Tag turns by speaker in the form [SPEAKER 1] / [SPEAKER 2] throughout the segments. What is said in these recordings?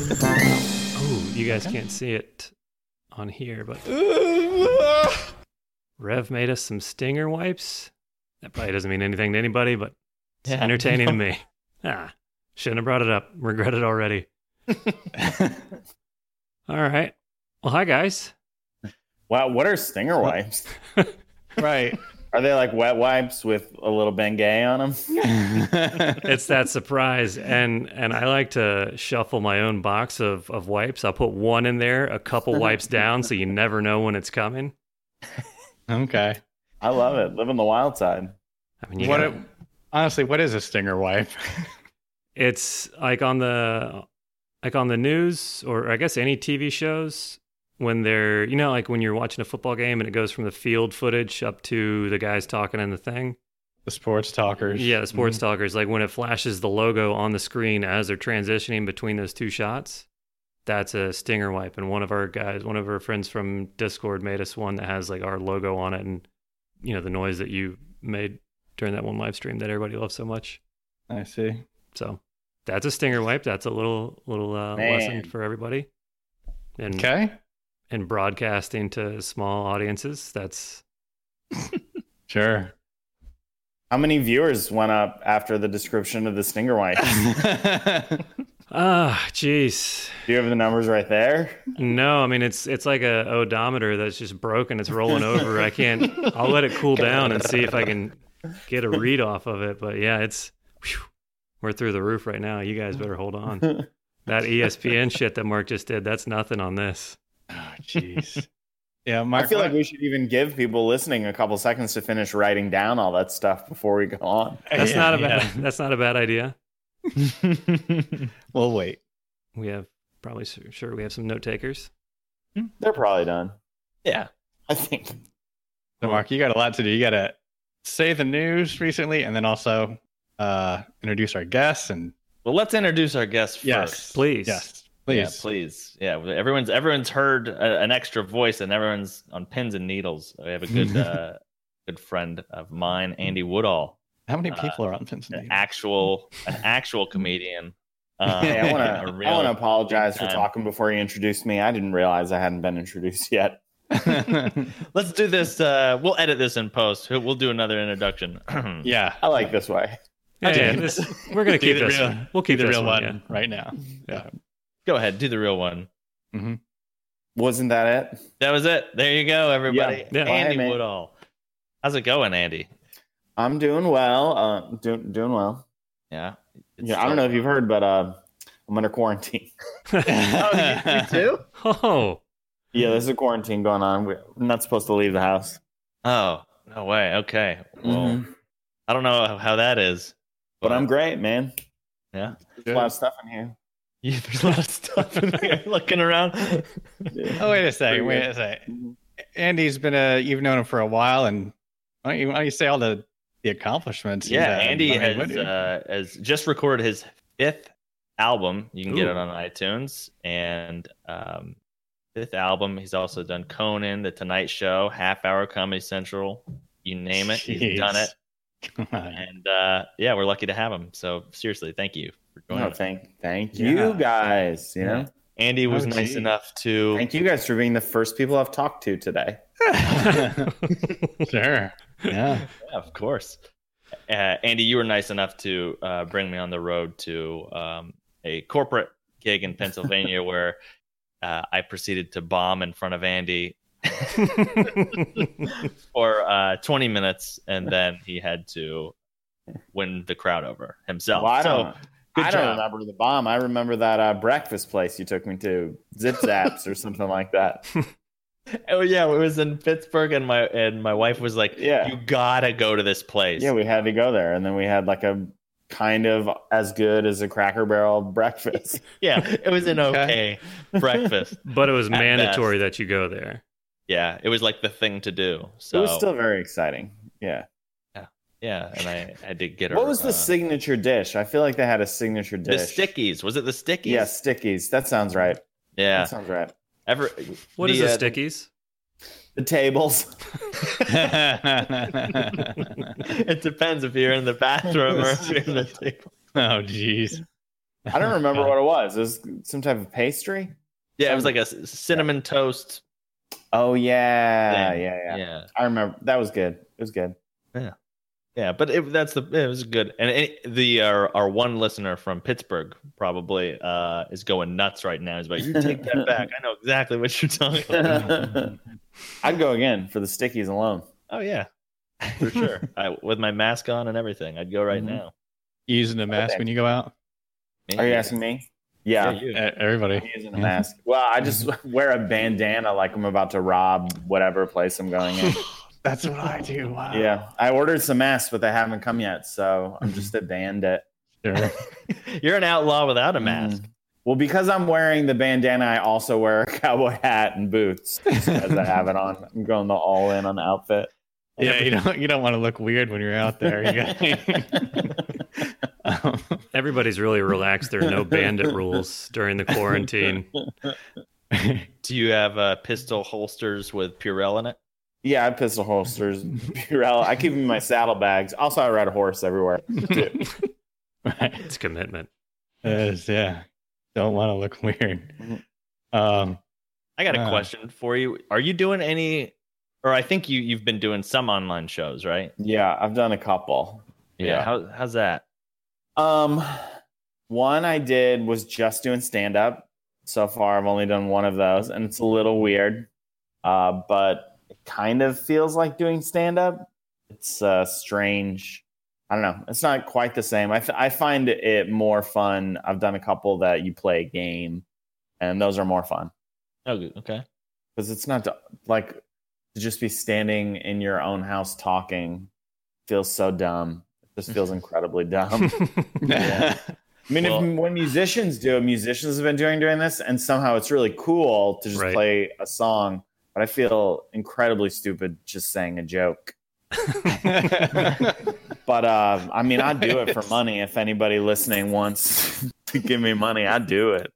[SPEAKER 1] Ooh, you guys can't see it on here, but Rev made us some stinger wipes. That probably doesn't mean anything to anybody, but it's
[SPEAKER 2] Yeah.
[SPEAKER 1] entertaining to me. Ah, shouldn't have brought it up. Regret it already. All right. Well, hi guys.
[SPEAKER 3] Wow, what are stinger wipes?
[SPEAKER 2] right.
[SPEAKER 3] Are they like wet wipes with a little Bengay on them?
[SPEAKER 1] It's that surprise, and and I like to shuffle my own box of of wipes. I'll put one in there, a couple wipes down, so you never know when it's coming.
[SPEAKER 2] okay.
[SPEAKER 3] I love it. Live on the wild side.
[SPEAKER 1] I mean, you
[SPEAKER 2] what?
[SPEAKER 1] gotta-
[SPEAKER 2] it- honestly, what is a stinger wipe?
[SPEAKER 1] it's like on the like on the news or I guess any TV shows when they're you know like when you're watching a football game and it goes from the field footage up to the guys talking in the thing.
[SPEAKER 2] the sports talkers.
[SPEAKER 1] Yeah, the sports talkers like when it flashes the logo on the screen as they're transitioning between those two shots. That's a stinger wipe, and one of our guys, one of our friends from Discord, made us one that has like our logo on it, and you know the noise that you made during that one live stream that everybody loves so much.
[SPEAKER 2] Mm, I see.
[SPEAKER 1] So that's a stinger wipe. That's a little little uh,
[SPEAKER 3] Man.
[SPEAKER 1] lesson for everybody. And
[SPEAKER 2] Okay.
[SPEAKER 1] and broadcasting to small audiences. That's
[SPEAKER 2] Sure.
[SPEAKER 3] How many viewers went up after the description of the stinger wipe?
[SPEAKER 2] Oh,
[SPEAKER 1] ah, jeez.
[SPEAKER 3] Do you have the numbers right there?
[SPEAKER 1] No, I mean it's it's like a odometer that's just broken. It's rolling over. I can't. I'll let it cool down and see if I can get a read off of it. But yeah, it's whew, we're through the roof right now. You guys better hold on. That E ESPN shit that Mark just did. That's nothing on this.
[SPEAKER 2] Oh, Jeez. yeah, Mark.
[SPEAKER 3] I feel like we should even give people listening a couple seconds to finish writing down all that stuff before we go on.
[SPEAKER 1] That's not a bad. That's not a bad idea.
[SPEAKER 2] bad. we'll wait.
[SPEAKER 1] We have probably sure we have some note takers.
[SPEAKER 3] They're probably done.
[SPEAKER 2] Yeah.
[SPEAKER 3] I think.
[SPEAKER 2] So, Mark, you got a lot to do. You got to say the news recently, and then also uh, introduce our guests. And
[SPEAKER 4] Well, let's introduce our guest first.
[SPEAKER 2] yes,
[SPEAKER 1] Please.
[SPEAKER 2] yes,
[SPEAKER 4] Yeah,
[SPEAKER 2] please.
[SPEAKER 4] please. Yeah, everyone's everyone's heard a, an extra voice, and everyone's on pins and needles. I have a good uh, good friend of mine, Andy Woodall,
[SPEAKER 2] How many
[SPEAKER 4] Uh,
[SPEAKER 2] people are on Pennsylvania?
[SPEAKER 4] an actual an actual comedian. Uh,
[SPEAKER 3] Hey, I want
[SPEAKER 4] a
[SPEAKER 3] to.
[SPEAKER 4] real-
[SPEAKER 3] I want to apologize for
[SPEAKER 4] time.
[SPEAKER 3] talking before you introduced me. I didn't realize I hadn't been introduced yet.
[SPEAKER 4] Let's do this. Uh, we'll edit this in post. We'll do another introduction.
[SPEAKER 2] yeah.
[SPEAKER 3] I like this way.
[SPEAKER 1] Yeah, yeah,
[SPEAKER 2] Okay.
[SPEAKER 1] this- we're gonna
[SPEAKER 2] Do
[SPEAKER 1] keep
[SPEAKER 2] the
[SPEAKER 1] this.
[SPEAKER 2] real-
[SPEAKER 1] one. We'll keep
[SPEAKER 2] the
[SPEAKER 1] this
[SPEAKER 2] real
[SPEAKER 1] one.
[SPEAKER 2] one, right now.
[SPEAKER 4] Go ahead, do the real one.
[SPEAKER 3] Wasn't that it?
[SPEAKER 4] That was it. There you go, everybody.
[SPEAKER 1] Yeah. Yeah.
[SPEAKER 4] Andy
[SPEAKER 3] Bye, mate.
[SPEAKER 4] Woodall. How's it going, Andy?
[SPEAKER 3] I'm doing well. Uh, doing doing well.
[SPEAKER 4] Yeah. It's
[SPEAKER 3] Yeah, I don't know
[SPEAKER 4] still-
[SPEAKER 3] if you've heard, but uh, I'm under quarantine.
[SPEAKER 1] Yeah.
[SPEAKER 3] too?
[SPEAKER 1] oh,
[SPEAKER 3] Yeah, there's a quarantine going on. We're not supposed to leave the house.
[SPEAKER 4] Oh, no way. Okay. Well,
[SPEAKER 3] Mm-hmm.
[SPEAKER 4] I don't know how that is,
[SPEAKER 3] But I'm great, man.
[SPEAKER 4] Yeah.
[SPEAKER 3] There's a lot of stuff in here.
[SPEAKER 4] Yeah, there's a lot of stuff in here looking around.
[SPEAKER 3] Yeah.
[SPEAKER 2] Oh, wait a second.
[SPEAKER 3] Pretty
[SPEAKER 2] Wait
[SPEAKER 3] good.
[SPEAKER 2] a second. Andy's been a you've known him for a while, and why don't you, why don't you say all the the accomplishments? he's
[SPEAKER 4] yeah,
[SPEAKER 2] had?
[SPEAKER 4] Andy
[SPEAKER 2] I mean, what
[SPEAKER 4] has
[SPEAKER 2] do you-
[SPEAKER 4] uh, has just recorded his fifth album. You can get
[SPEAKER 1] Ooh.
[SPEAKER 4] it on iTunes and um, fifth album. He's also done Conan, The Tonight Show, Half Hour Comedy Central. You name it, he's done
[SPEAKER 2] Jeez.
[SPEAKER 4] it. And uh, yeah, we're lucky to have him. So seriously, thank you for joining.
[SPEAKER 3] No,
[SPEAKER 4] us.
[SPEAKER 3] thank thank
[SPEAKER 2] Yeah.
[SPEAKER 3] you guys. You know,
[SPEAKER 4] Andy was
[SPEAKER 2] Oh,
[SPEAKER 4] nice
[SPEAKER 2] gee.
[SPEAKER 4] enough to
[SPEAKER 3] thank you guys for being the first people I've talked to today.
[SPEAKER 2] sure. Yeah.
[SPEAKER 4] Yeah, of course. Uh, Andy, you were nice enough to uh, bring me on the road to um, a corporate gig in Pennsylvania where uh, I proceeded to bomb in front of Andy for uh, 20 minutes, and then he had to win the crowd over himself.
[SPEAKER 3] Well, I
[SPEAKER 4] So,
[SPEAKER 3] don't,
[SPEAKER 4] good
[SPEAKER 3] I don't
[SPEAKER 4] job.
[SPEAKER 3] remember the bomb. I remember that uh, breakfast place you took me to, Zip Zaps or something like that.
[SPEAKER 4] oh yeah, it was in Pittsburgh, and my and my wife was like,
[SPEAKER 3] Yeah.
[SPEAKER 4] you gotta go to this place."
[SPEAKER 3] Yeah, we had to go there, and then we had like a kind of as good as a Cracker Barrel breakfast.
[SPEAKER 4] yeah, it was an okay breakfast.
[SPEAKER 1] but it was
[SPEAKER 4] At
[SPEAKER 1] mandatory that you go there.
[SPEAKER 4] Yeah, it was like the thing to do. So
[SPEAKER 3] it was still very exciting. Yeah.
[SPEAKER 4] yeah, and I had to get her.
[SPEAKER 3] What was the
[SPEAKER 4] uh,
[SPEAKER 3] signature dish? I feel like they had a signature
[SPEAKER 4] The
[SPEAKER 3] dish.
[SPEAKER 4] stickies. Was it the stickies?
[SPEAKER 3] Yeah, stickies. That sounds right.
[SPEAKER 4] Yeah.
[SPEAKER 3] That sounds right.
[SPEAKER 4] Ever
[SPEAKER 1] What is
[SPEAKER 4] the,
[SPEAKER 1] the,
[SPEAKER 4] uh,
[SPEAKER 1] stickies?
[SPEAKER 3] The tables.
[SPEAKER 4] it depends if you're in the bathroom or if you're in the table.
[SPEAKER 2] Oh, jeez.
[SPEAKER 3] I don't remember what it was. It was some type of pastry.
[SPEAKER 4] Yeah, it was like a c- cinnamon toast.
[SPEAKER 3] Oh yeah, yeah,
[SPEAKER 4] thing.
[SPEAKER 3] yeah,
[SPEAKER 4] yeah.
[SPEAKER 3] I remember. That was good. It was good.
[SPEAKER 4] Yeah, but it, that's the it was good, and it, the our, our one listener from Pittsburgh probably uh, is going nuts right now. He's like, "You take that back! I know exactly what you're talking about."
[SPEAKER 3] I'd go again for the stickies alone.
[SPEAKER 4] oh yeah, for sure. I, with my mask on and everything, I'd go right
[SPEAKER 3] Mhm.
[SPEAKER 4] now.
[SPEAKER 2] You using a mask when you go out?
[SPEAKER 3] Are you asking me?
[SPEAKER 4] Yeah,
[SPEAKER 3] Yeah.
[SPEAKER 4] you.
[SPEAKER 2] E- Everybody.
[SPEAKER 3] He is in a mask. Well, I just wear a bandana like I'm about to rob whatever place I'm going in.
[SPEAKER 2] That's what I do. Wow.
[SPEAKER 3] yeah. I ordered some masks, but they haven't come yet. So I'm just a bandit.
[SPEAKER 2] Sure.
[SPEAKER 4] you're an outlaw without a mask.
[SPEAKER 3] Mm. Well, because I'm wearing the bandana, I also wear a cowboy hat and boots as I have it on. I'm going the all in on the outfit.
[SPEAKER 2] Yeah, you don't you don't want to look weird when you're out there. You got- um,
[SPEAKER 1] Everybody's really relaxed. There are no bandit rules during the quarantine.
[SPEAKER 4] Do you have uh, pistol holsters with Purell in it?
[SPEAKER 3] Yeah, I have pistol holsters, Purell. I keep them in my saddlebags. Also, I ride a horse everywhere.
[SPEAKER 2] right.
[SPEAKER 1] It's commitment.
[SPEAKER 2] Yes, yeah. Don't want to look weird.
[SPEAKER 3] Mhm.
[SPEAKER 4] Mm-hmm.
[SPEAKER 2] Um,
[SPEAKER 4] I got a
[SPEAKER 2] Uh.
[SPEAKER 4] question for you. Are you doing any? Or I think you you've been doing some online shows, right?
[SPEAKER 3] Yeah, I've done a couple. Yeah.
[SPEAKER 4] How, how's that?
[SPEAKER 3] Um, one I did was just doing stand up. So far, I've only done one of those, and it's a little weird, uh, but it kind of feels like doing stand up. It's uh, strange. I don't know. It's not quite the same. I, th- I find it more fun. I've done a couple that you play a game, and those are more fun
[SPEAKER 4] Oh, good. okay.
[SPEAKER 3] because it's not to, like to just be standing in your own house talking feels so dumb. It just feels incredibly dumb. Yeah. I mean,
[SPEAKER 4] Well-
[SPEAKER 3] if, when musicians do it, musicians have been doing doing this, and somehow it's really cool to just
[SPEAKER 1] Right.
[SPEAKER 3] play a song. But I feel incredibly stupid just saying a joke. But uh, I mean, I'd do it for money. If anybody listening wants to give me money, I'd do it.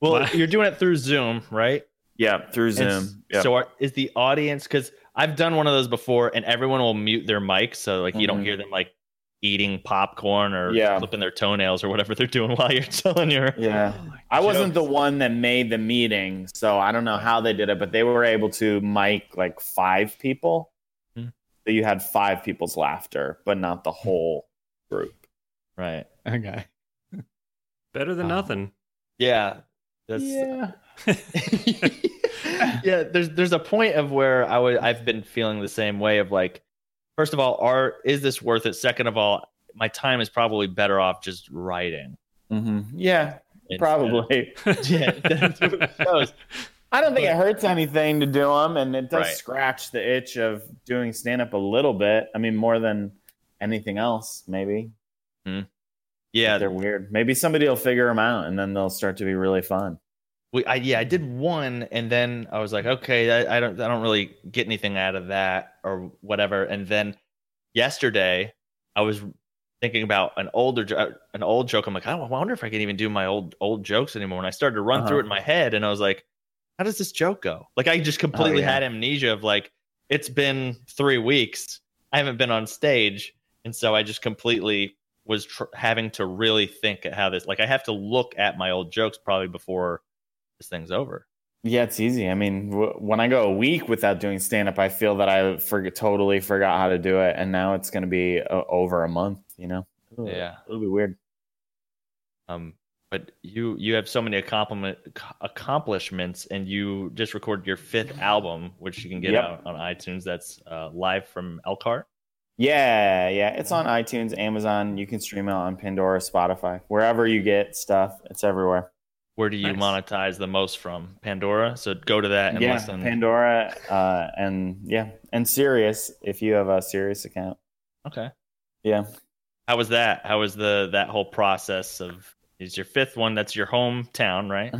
[SPEAKER 4] Well,
[SPEAKER 1] Wow.
[SPEAKER 4] you're doing it through Zoom, right?
[SPEAKER 3] Yeah, through
[SPEAKER 4] And
[SPEAKER 3] Zoom.
[SPEAKER 4] s-
[SPEAKER 3] Yeah.
[SPEAKER 4] So are, is the audience because I've done one of those before, and everyone will mute their mic, so like you don't
[SPEAKER 3] Mhm.
[SPEAKER 4] hear them like eating popcorn or
[SPEAKER 3] Yeah.
[SPEAKER 4] flipping their toenails or whatever they're doing while you're telling your.
[SPEAKER 3] yeah. I wasn't the one that made the meeting, so I don't know how they did it, but they were able to mic like five people.
[SPEAKER 4] Hmm.
[SPEAKER 3] So you had five people's laughter, but not the whole group.
[SPEAKER 4] Right.
[SPEAKER 2] okay.
[SPEAKER 1] Better than
[SPEAKER 2] Wow.
[SPEAKER 1] nothing.
[SPEAKER 4] Yeah. That's.
[SPEAKER 2] yeah.
[SPEAKER 4] yeah, there's there's a point of where I would I've been feeling the same way of like, first of all, are is this worth it? Second of all, my time is probably better off just writing.
[SPEAKER 3] hmm Yeah,
[SPEAKER 4] instead.
[SPEAKER 3] Probably.
[SPEAKER 4] Yeah, that's what it shows.
[SPEAKER 3] I don't think it hurts anything to do them, and it does
[SPEAKER 4] Right.
[SPEAKER 3] scratch the itch of doing stand up a little bit. I mean, more than anything else, maybe.
[SPEAKER 4] Yeah,
[SPEAKER 3] they're weird. Maybe somebody will figure them out, and then they'll start to be really fun.
[SPEAKER 4] we, I, yeah, I did one, and then I was like, okay, I, I don't, I don't really get anything out of that or whatever. And then yesterday, I was thinking about an older, jo- an old joke. I'm like, I wonder if I can even do my old, old jokes anymore. And I started to run through it
[SPEAKER 3] Uh-huh.
[SPEAKER 4] in my head, and I was like, how does this joke go? Like, I just completely
[SPEAKER 3] yeah.
[SPEAKER 4] had amnesia of like, it's been three weeks, I haven't been on stage, and so I just completely was tr- having to really think at how this like i have to look at my old jokes probably before this thing's over
[SPEAKER 3] Yeah, it's easy. I mean, w- when I go a week without doing stand up, I feel that I forg totally forgot how to do it, and now it's going to be uh, over a month. You know? It'll-
[SPEAKER 4] Yeah.
[SPEAKER 3] it'll be weird.
[SPEAKER 4] um but you you have so many accomplishment ac- accomplishments and you just recorded your fifth album which you can get
[SPEAKER 3] Yep.
[SPEAKER 4] out on itunes that's uh, live from elkhart
[SPEAKER 3] Yeah, yeah. It's on iTunes, Amazon. You can stream it on Pandora, Spotify, wherever you get stuff. It's everywhere.
[SPEAKER 4] where do you
[SPEAKER 1] Nice.
[SPEAKER 4] monetize the most from pandora so go to that and
[SPEAKER 3] yeah,
[SPEAKER 4] listen
[SPEAKER 3] Pandora, uh, and yeah, and Sirius if you have a Sirius account.
[SPEAKER 4] okay
[SPEAKER 3] Yeah.
[SPEAKER 4] how was that how was the that whole process of is your fifth one that's your hometown right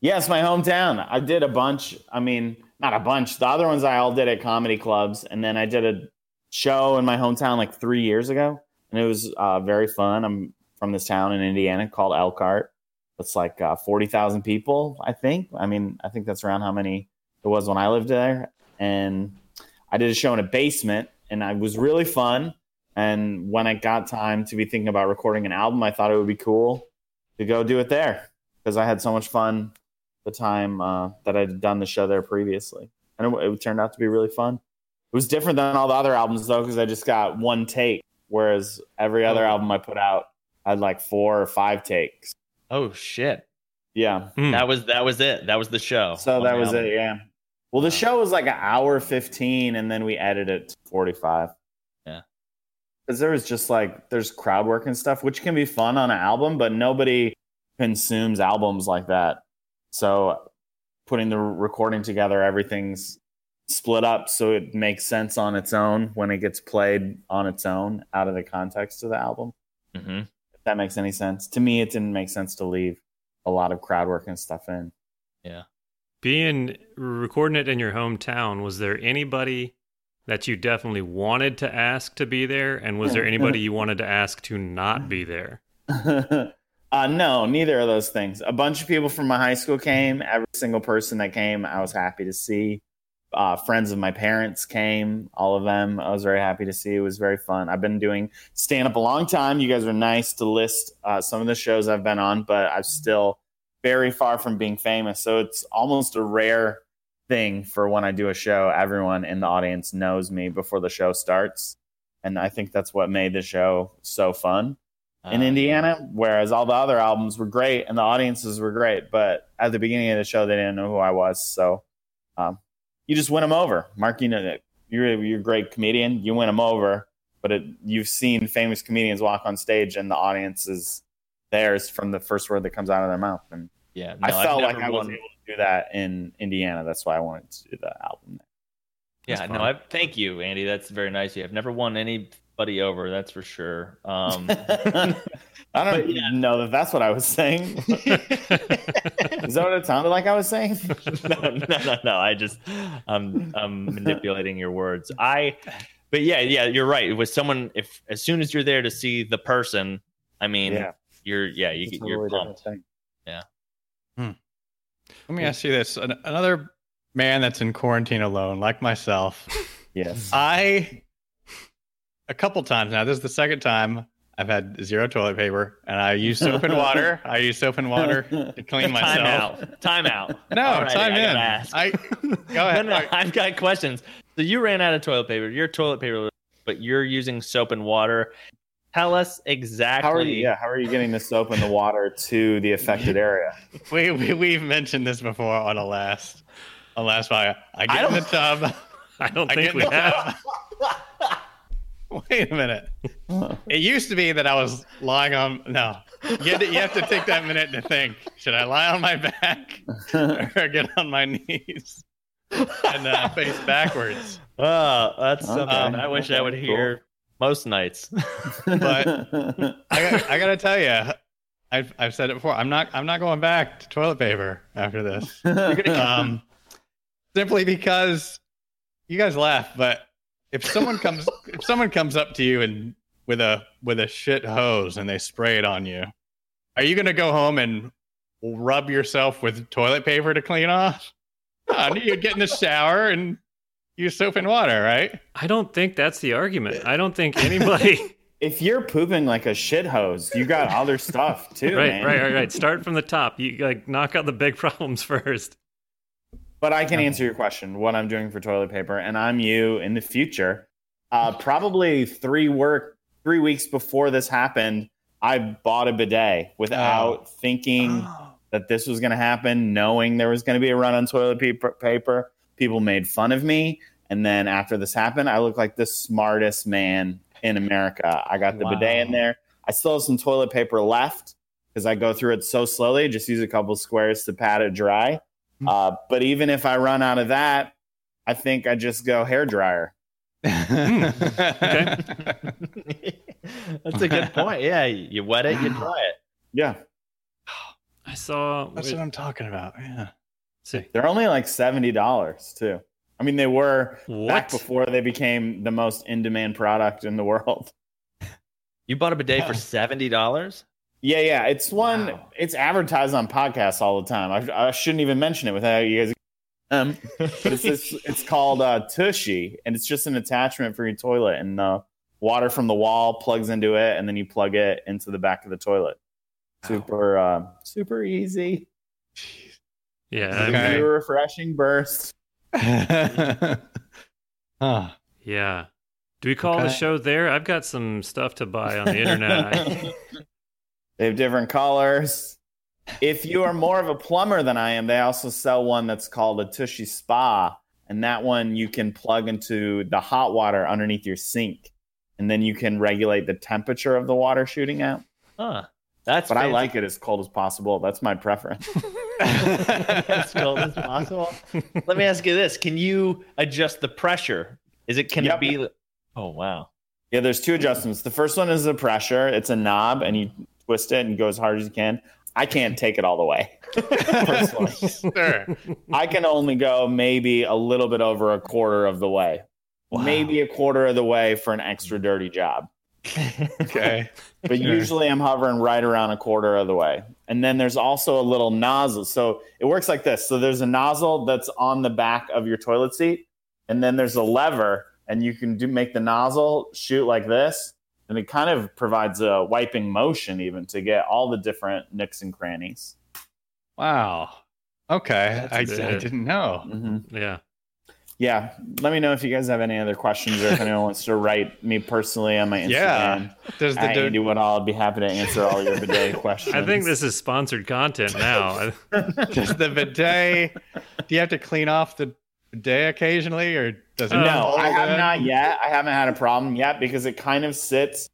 [SPEAKER 3] Yes, my hometown. I did a bunch. I mean, not a bunch. The other ones I all did at comedy clubs, and then I did a show in my hometown like three years ago, and it was uh, very fun. I'm from this town in Indiana called Elkhart. It's like uh, forty thousand people, I think. I mean, I think that's around how many it was when I lived there. And I did a show in a basement, and I was really fun. And when I got time to be thinking about recording an album, I thought it would be cool to go do it there because I had so much fun the time uh, that I'd done the show there previously. And it, it turned out to be really fun. It was different than all the other albums though, because I just got one take, whereas every other album I put out, I had like four or five takes.
[SPEAKER 4] Oh shit.
[SPEAKER 3] Yeah.
[SPEAKER 1] Hmm.
[SPEAKER 4] That was that was it. That was the show.
[SPEAKER 3] So
[SPEAKER 4] on
[SPEAKER 3] that
[SPEAKER 4] the
[SPEAKER 3] was
[SPEAKER 4] album.
[SPEAKER 3] it. Yeah. Well, the show was like an hour 15, and then we edited it to 45.
[SPEAKER 4] Yeah.
[SPEAKER 3] Because there was just like, there's crowd work and stuff, which can be fun on an album, but nobody consumes albums like that. So putting the recording together, everything's split up so it makes sense on its own when it gets played on its own out of the context of the album.
[SPEAKER 4] Mhm.
[SPEAKER 3] If that makes any sense. To me, it didn't make sense to leave a lot of crowd work and stuff in.
[SPEAKER 1] being recording it in your hometown was there anybody that you definitely wanted to ask to be there and was there anybody you wanted to ask to not be there
[SPEAKER 3] uh, no, neither of those things. A bunch of people from my high school came. Every single person that came, I was happy to see. Uh, friends of my parents came. All of them, I was very happy to see. It was very fun. I've been doing stand up a long time. You guys were nice to list uh, some of the shows I've been on, but I'm still very far from being famous. So it's almost a rare thing for when I do a show. Everyone in the audience knows me before the show starts. And I think that's what made the show so fun in
[SPEAKER 4] Uh,
[SPEAKER 3] Indiana, whereas all the other albums were great and the audiences were great. But at the beginning of the show, they didn't know who I was. So um, you just win them over. Mark, you know, that you're, a- you're a great comedian. You win them over. But it, you've seen famous comedians walk on stage and the audience is theirs from the first word that comes out of their mouth. And
[SPEAKER 4] Yeah.
[SPEAKER 3] I
[SPEAKER 4] no, I've
[SPEAKER 3] felt like
[SPEAKER 4] never
[SPEAKER 3] I was
[SPEAKER 4] won-
[SPEAKER 3] able to do that in Indiana. That's why I wanted to do the album.
[SPEAKER 4] Yeah,
[SPEAKER 1] That's
[SPEAKER 4] no,
[SPEAKER 1] fine.
[SPEAKER 4] I thank you, Andy. That's very nice. You have never won anybody over, that's for sure. Um
[SPEAKER 3] I don't
[SPEAKER 4] But, yeah.
[SPEAKER 3] know that that's what I was saying. Is that what it sounded like I was saying?
[SPEAKER 4] no, no, no, no. I just I'm I'm manipulating your words. I but yeah, yeah, you're right. With someone if as soon as you're there to see the person, I mean
[SPEAKER 3] Yeah.
[SPEAKER 4] you're yeah, you
[SPEAKER 3] It's
[SPEAKER 4] get
[SPEAKER 3] a totally
[SPEAKER 4] you're
[SPEAKER 3] different
[SPEAKER 4] pumped.
[SPEAKER 3] thing.
[SPEAKER 2] Let me ask you this: An- another man that's in quarantine alone, like myself,
[SPEAKER 3] Yes.
[SPEAKER 2] I a couple times now. This is the second time I've had zero toilet paper, and I use soap and water. I use soap
[SPEAKER 1] Mm.
[SPEAKER 2] and water to clean myself.
[SPEAKER 4] Time out. Time out.
[SPEAKER 2] No,
[SPEAKER 4] All right,
[SPEAKER 2] time
[SPEAKER 4] I gotta
[SPEAKER 2] in.
[SPEAKER 4] ask.
[SPEAKER 2] I go
[SPEAKER 4] no,
[SPEAKER 2] ahead.
[SPEAKER 4] no, I've got questions. So you ran out of toilet paper. You're toilet paper, but you're using soap and water. Tell us exactly.
[SPEAKER 3] How are you? Yeah. How are you getting the soap and the water to the affected area?
[SPEAKER 2] We, we we've mentioned this before on a last on last fire. I get
[SPEAKER 4] I
[SPEAKER 2] in the tub.
[SPEAKER 1] i don't
[SPEAKER 2] I
[SPEAKER 1] think
[SPEAKER 2] get
[SPEAKER 1] we
[SPEAKER 2] in the
[SPEAKER 1] have
[SPEAKER 2] tub. Wait a minute. It used to be that I was lying on. No, you, had to, you have to take that minute to think. Should I lie on my back or get on my knees and uh, face backwards?
[SPEAKER 4] Oh, that's something
[SPEAKER 3] Okay.
[SPEAKER 4] I wish I would
[SPEAKER 3] Okay,
[SPEAKER 4] hear most nights.
[SPEAKER 3] but
[SPEAKER 2] I, got- I gotta tell you, I've, I've said it before. I'm not I'm not going back to toilet paper after this.
[SPEAKER 1] Uh,
[SPEAKER 2] um, simply because you guys laugh, but if someone comes if someone comes up to you and with a with a shit hose and they spray it on you, are you gonna go home and rub yourself with toilet paper to clean off? No, you'd get in the shower and use soap and water, right?
[SPEAKER 1] i don't think that's the argument i don't think anybody
[SPEAKER 3] if you're pooping like a shit hose, you got other stuff too,
[SPEAKER 1] right
[SPEAKER 3] man.
[SPEAKER 1] right right right start from the top you like knock out the big problems first
[SPEAKER 3] But I can answer your question: what I'm doing for toilet paper, and I'm you in the future. Uh, probably three work three weeks before this happened, I bought a bidet
[SPEAKER 1] Oh.
[SPEAKER 3] without thinking. that this was going to happen, knowing there was going to be a run on toilet paper, paper. People made fun of me. And then after this happened, I looked like the smartest man in America. I got the
[SPEAKER 4] Wow.
[SPEAKER 3] bidet in there. I still have some toilet paper left because I go through it so slowly. Just use a couple squares to pat it dry. Uh, but even if I run out of that, I think I just go hair dryer.
[SPEAKER 2] Hmm,
[SPEAKER 4] that's a good point. Yeah, you wet it, you dry it.
[SPEAKER 3] Yeah,
[SPEAKER 1] i saw
[SPEAKER 2] That's what I'm talking about. Yeah.
[SPEAKER 3] they're only like seventy dollars too. I mean, they were back
[SPEAKER 1] what
[SPEAKER 3] before they became the most in-demand product in the world.
[SPEAKER 4] You bought a bidet
[SPEAKER 2] Oh.
[SPEAKER 4] for seventy dollars.
[SPEAKER 3] Yeah, yeah. It's one.
[SPEAKER 4] Wow.
[SPEAKER 3] It's advertised on podcasts all the time. I, I shouldn't even mention it without you guys. Um, but it's this, it's called uh, Tushy, and it's just an attachment for your toilet. And the water from the wall plugs into it, and then you plug it into the back of the toilet. Super, uh, super easy.
[SPEAKER 1] Yeah, I
[SPEAKER 2] Okay.
[SPEAKER 1] mean,
[SPEAKER 3] Super refreshing burst.
[SPEAKER 2] Huh.
[SPEAKER 1] yeah. Do we call the
[SPEAKER 2] Okay.
[SPEAKER 1] show there? I've got some stuff to buy on the internet. I,
[SPEAKER 3] They have different colors. If you are more of a plumber than I am, they also sell one that's called a Tushy Spa. And that one you can plug into the hot water underneath your sink. And then you can regulate the temperature of the water shooting out.
[SPEAKER 4] Huh. That's
[SPEAKER 3] But I
[SPEAKER 4] fancy.
[SPEAKER 3] like it as cold as possible. That's my preference.
[SPEAKER 4] as cold as possible. Let me ask you this: Can you adjust the pressure? Is it can
[SPEAKER 3] Yep.
[SPEAKER 4] it be? Oh wow!
[SPEAKER 3] Yeah, there's two adjustments. The first one is the pressure. It's a knob, and you twist it and go as hard as you can. I can't take it all the way. personally.
[SPEAKER 2] sure.
[SPEAKER 3] I can only go maybe a little bit over a quarter of the way,
[SPEAKER 4] Wow.
[SPEAKER 3] maybe a quarter of the way for an extra dirty job.
[SPEAKER 2] Okay.
[SPEAKER 3] But
[SPEAKER 2] Sure.
[SPEAKER 3] usually I'm hovering right around a quarter of the way. And then there's also a little nozzle. So it works like this. So there's a nozzle that's on the back of your toilet seat, and then there's a lever, and you can do make the nozzle shoot like this. And it kind of provides a wiping motion even to get all the different nooks and crannies.
[SPEAKER 2] Wow. Okay.
[SPEAKER 1] That's
[SPEAKER 2] I, I
[SPEAKER 1] good.
[SPEAKER 2] didn't know.
[SPEAKER 3] Mm-hmm.
[SPEAKER 1] yeah,
[SPEAKER 3] yeah let me know if you guys have any other questions or if anyone wants to write me personally on my instagram
[SPEAKER 2] Yeah. Does the
[SPEAKER 3] I
[SPEAKER 2] dude?
[SPEAKER 3] do what I'll be happy to answer all your bidet questions.
[SPEAKER 1] I think this is sponsored content now.
[SPEAKER 2] Does the bidet? do you have to clean off the bidet occasionally, or does it?
[SPEAKER 3] No,
[SPEAKER 2] fold
[SPEAKER 3] I have
[SPEAKER 2] in?
[SPEAKER 3] not yet. I haven't had a problem yet because it kind of sits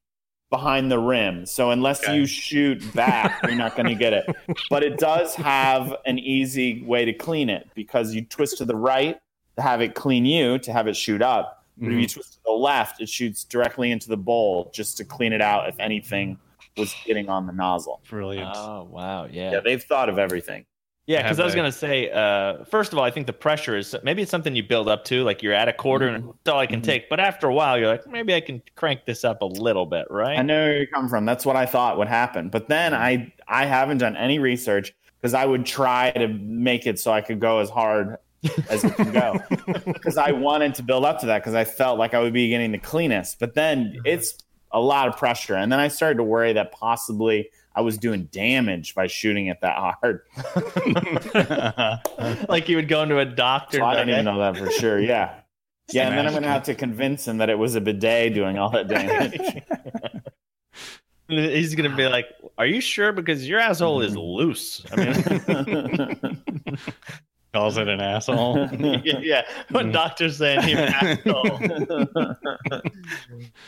[SPEAKER 3] behind the rim. So unless
[SPEAKER 2] Okay.
[SPEAKER 3] you shoot back, you're not going to get it. But it does have an easy way to clean it because you twist to the right to have it clean you to have it shoot up. But
[SPEAKER 2] Mm-hmm.
[SPEAKER 3] if you twist to the left, it shoots directly into the bowl just to clean it out if anything was getting on the nozzle.
[SPEAKER 2] Brilliant.
[SPEAKER 3] Uh,
[SPEAKER 4] Oh wow! Yeah.
[SPEAKER 3] Yeah, they've thought of everything.
[SPEAKER 4] Yeah, because I was
[SPEAKER 2] Have a-
[SPEAKER 4] gonna say, uh, first of all, I think the pressure is maybe it's something you build up to, like you're at a quarter and that's all I can
[SPEAKER 3] Mhm.
[SPEAKER 4] take. But after a while, you're like, maybe I can crank this up a little bit, right?
[SPEAKER 3] I know where you're coming from. That's what I thought would happen. But then I I haven't done any research because I would try to make it so I could go as hard as it could go because I wanted to build up to that because I felt like I would be getting the cleanest. But then it's a lot of pressure, and then I started to worry that possibly I was doing damage by shooting it that hard.
[SPEAKER 4] like you would go into a doctor.
[SPEAKER 3] So
[SPEAKER 4] and
[SPEAKER 3] I don't
[SPEAKER 4] be like,
[SPEAKER 3] even know that for sure. Yeah. Yeah, and then I'm
[SPEAKER 2] Imagine.
[SPEAKER 3] gonna have to convince him that it was a bidet doing all that damage.
[SPEAKER 4] "Eh." He's gonna be like, "Are you sure? Because your asshole is loose." I mean,
[SPEAKER 2] Calls it an asshole.
[SPEAKER 4] yeah, what
[SPEAKER 2] Mm.
[SPEAKER 4] doctor's saying your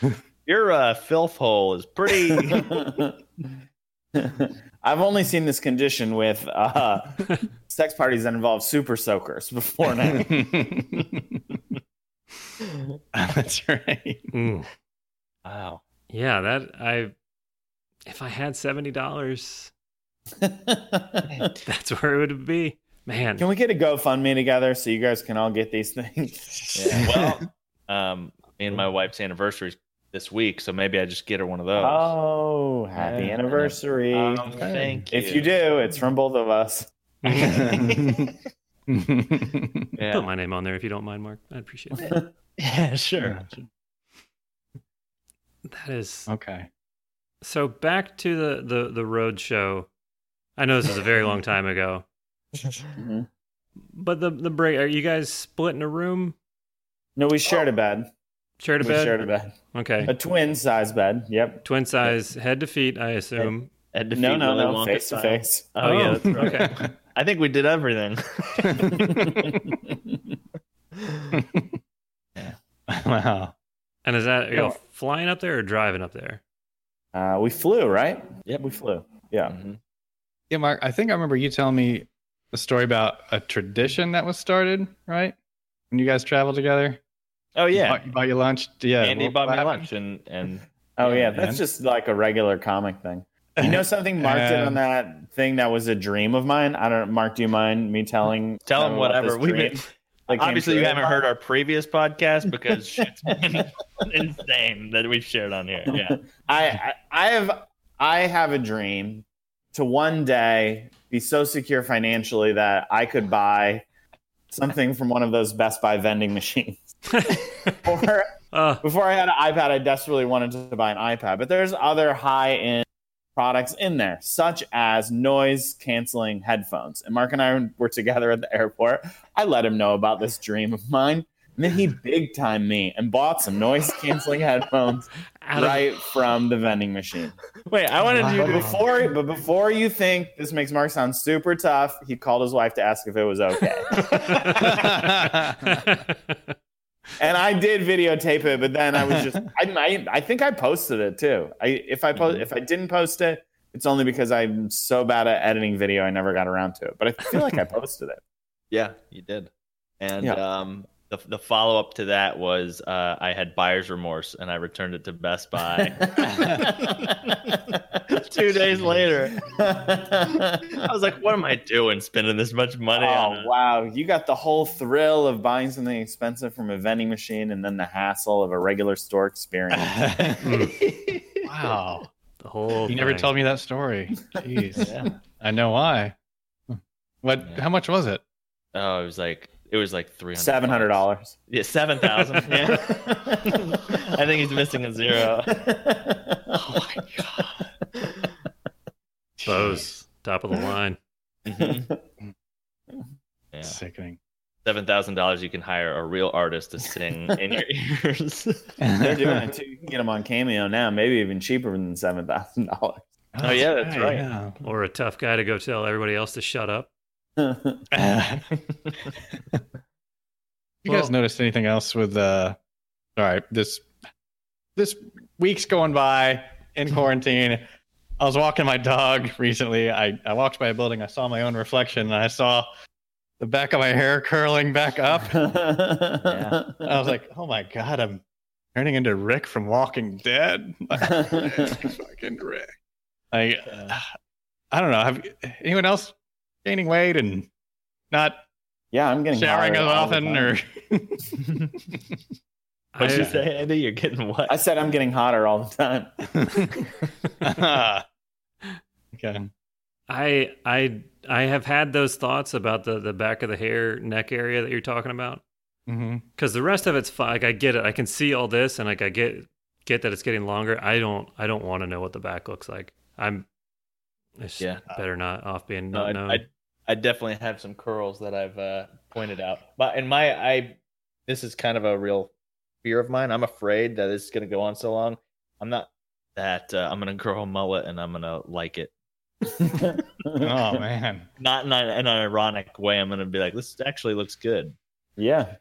[SPEAKER 4] asshole, your uh, filth hole is pretty.
[SPEAKER 3] I've only seen this condition with uh, sex parties that involve super soakers before now.
[SPEAKER 2] That's right.
[SPEAKER 1] Mm.
[SPEAKER 4] wow.
[SPEAKER 1] Yeah, that I. If I had seventy dollars,
[SPEAKER 3] can
[SPEAKER 1] that's where it would be. Man,
[SPEAKER 3] we get a GoFundMe together so you guys can all get these things?
[SPEAKER 4] Yeah, well, um, me and my wife's anniversary is this week, so maybe I just get her one of those.
[SPEAKER 3] Oh, happy
[SPEAKER 4] Yeah.
[SPEAKER 3] anniversary.
[SPEAKER 4] Oh, thank
[SPEAKER 3] if Um, you do, it's from both of us.
[SPEAKER 1] put
[SPEAKER 4] yeah,
[SPEAKER 1] my name on there if you don't mind, Mark. I appreciate it.
[SPEAKER 4] yeah sure.
[SPEAKER 1] That is
[SPEAKER 2] okay.
[SPEAKER 1] so. Back to the the the road show. I know this is a very long time ago,
[SPEAKER 3] Mhm.
[SPEAKER 1] but the the break. Are you guys split in a room?
[SPEAKER 3] No, we shared a bed.
[SPEAKER 1] Shared a
[SPEAKER 3] We
[SPEAKER 1] bed.
[SPEAKER 3] shared a bed.
[SPEAKER 1] okay.
[SPEAKER 3] A twin size bed. Yep.
[SPEAKER 1] Twin size, head to feet. I assume.
[SPEAKER 4] Had to
[SPEAKER 3] No,
[SPEAKER 4] feed
[SPEAKER 3] no,
[SPEAKER 4] Willy
[SPEAKER 3] no.
[SPEAKER 4] Wonka
[SPEAKER 3] Face to
[SPEAKER 4] style.
[SPEAKER 3] face.
[SPEAKER 4] Oh, yeah, that's right.
[SPEAKER 1] okay.
[SPEAKER 4] I think we did everything.
[SPEAKER 2] wow.
[SPEAKER 1] And is that are y'all flying up there or driving up there?
[SPEAKER 3] Uh, we flew, right?
[SPEAKER 4] Yep.
[SPEAKER 3] We flew. Yeah.
[SPEAKER 2] Yeah, Mark. I think I remember you telling me a story about a tradition that was started, right? When you guys traveled together.
[SPEAKER 4] Oh
[SPEAKER 2] You
[SPEAKER 4] yeah,
[SPEAKER 2] bought, you bought your lunch. Yeah.
[SPEAKER 4] Andy
[SPEAKER 2] what-
[SPEAKER 4] bought
[SPEAKER 2] what
[SPEAKER 4] me
[SPEAKER 2] happened?
[SPEAKER 4] lunch, and and
[SPEAKER 3] Oh
[SPEAKER 4] Yeah,
[SPEAKER 3] yeah, that's
[SPEAKER 2] man.
[SPEAKER 3] just like a regular comic thing. You know something Mark did on
[SPEAKER 2] Um,
[SPEAKER 3] that thing that was a dream of mine. I don't. Mark, do you mind me telling?
[SPEAKER 4] Tell him
[SPEAKER 3] about this
[SPEAKER 4] whatever. We've
[SPEAKER 3] dream
[SPEAKER 4] been-
[SPEAKER 3] that came
[SPEAKER 4] obviously you
[SPEAKER 3] true?
[SPEAKER 4] haven't heard our previous podcast because shit's been insane that we've shared on here. Yeah,
[SPEAKER 3] I, I I have I have a dream to one day be so secure financially that I could buy something from one of those Best Buy vending machines, or
[SPEAKER 1] Uh,
[SPEAKER 3] Before I had an iPad, I desperately wanted to buy an iPad, but there's other high end products in there, such as noise canceling headphones. And Mark and I were together at the airport. I let him know about this dream of mine. And then he big time me and bought some noise canceling headphones
[SPEAKER 1] out of-
[SPEAKER 3] right from the vending machine.
[SPEAKER 4] Wait, I wanted you
[SPEAKER 3] But
[SPEAKER 4] to.
[SPEAKER 3] before, but before you think this makes Mark sound super tough, he called his wife to ask if it was okay. and I did videotape it, but then I was just I, I, I think I posted it too. I if I
[SPEAKER 2] Mm-hmm.
[SPEAKER 3] post if I didn't post it, it's only because I'm so bad at editing video I never got around to it. But I feel like I posted it.
[SPEAKER 4] Yeah, you did. And
[SPEAKER 3] Yeah.
[SPEAKER 4] um, the the follow up to that was uh, I had buyer's remorse and I returned it to Best Buy. Two days later, I was like, "What am I doing? Spending this much money on
[SPEAKER 3] Oh
[SPEAKER 4] a-
[SPEAKER 3] wow, you got the whole thrill of buying something expensive from a vending machine and then the hassle of a regular store experience.
[SPEAKER 2] wow.
[SPEAKER 1] the whole
[SPEAKER 2] You never
[SPEAKER 1] thing.
[SPEAKER 2] told me that story. Jeez.
[SPEAKER 4] Yeah.
[SPEAKER 2] I know why. What?
[SPEAKER 4] Yeah.
[SPEAKER 2] How much was it?
[SPEAKER 4] Oh, it was like it was like three hundred.
[SPEAKER 3] Seven hundred dollars.
[SPEAKER 4] Yeah, seven thousand. Yeah. I think he's missing a zero.
[SPEAKER 3] oh my god.
[SPEAKER 1] Bose, top of the line.
[SPEAKER 4] Mhm. Yeah.
[SPEAKER 2] Sickening.
[SPEAKER 4] Seven thousand dollars. You can hire a real artist to sing in your ears.
[SPEAKER 3] They're doing it too. You can get them on Cameo now, maybe even cheaper than seven thousand dollars.
[SPEAKER 4] Oh, yeah, that's right.
[SPEAKER 2] yeah.
[SPEAKER 1] Or a tough guy to go tell everybody else to shut up.
[SPEAKER 2] You
[SPEAKER 1] Well-
[SPEAKER 2] guys noticed anything else with uh all right, this this week's going by in quarantine. I was walking my dog recently. I, I walked by a building, I saw my own reflection, and I saw the back of my hair curling back up. I was like, oh my god, I'm turning into Rick from Walking Dead. Fucking Rick. Like, I don't know. Have anyone else gaining weight and not
[SPEAKER 3] yeah, I'm getting
[SPEAKER 2] showering as
[SPEAKER 3] hired all the
[SPEAKER 2] often
[SPEAKER 3] time.
[SPEAKER 2] or
[SPEAKER 4] What'd you
[SPEAKER 1] I-
[SPEAKER 4] say, Andy? You're getting what?
[SPEAKER 3] I said I'm getting hotter all the time.
[SPEAKER 2] okay.
[SPEAKER 1] I I I have had those thoughts about the the back of the hair neck area that you're talking about
[SPEAKER 2] Mm-hmm.
[SPEAKER 1] because the rest of it's fine. Like I get it. I can see all this and like I get get that it's getting longer. I don't I don't want to know what the back looks like. I'm it's
[SPEAKER 4] Yeah.
[SPEAKER 1] better not off being
[SPEAKER 4] No,
[SPEAKER 1] not known.
[SPEAKER 4] I, I, I definitely have some curls that I've uh, pointed out. But in my, I this is kind of a real fear of mine. I'm afraid that this is going to go on so long. I'm not that uh, I'm going to grow a mullet and I'm going to like it.
[SPEAKER 2] Oh man.
[SPEAKER 4] Not in an, in an ironic way. I'm going to be like, this actually looks good.
[SPEAKER 3] yeah.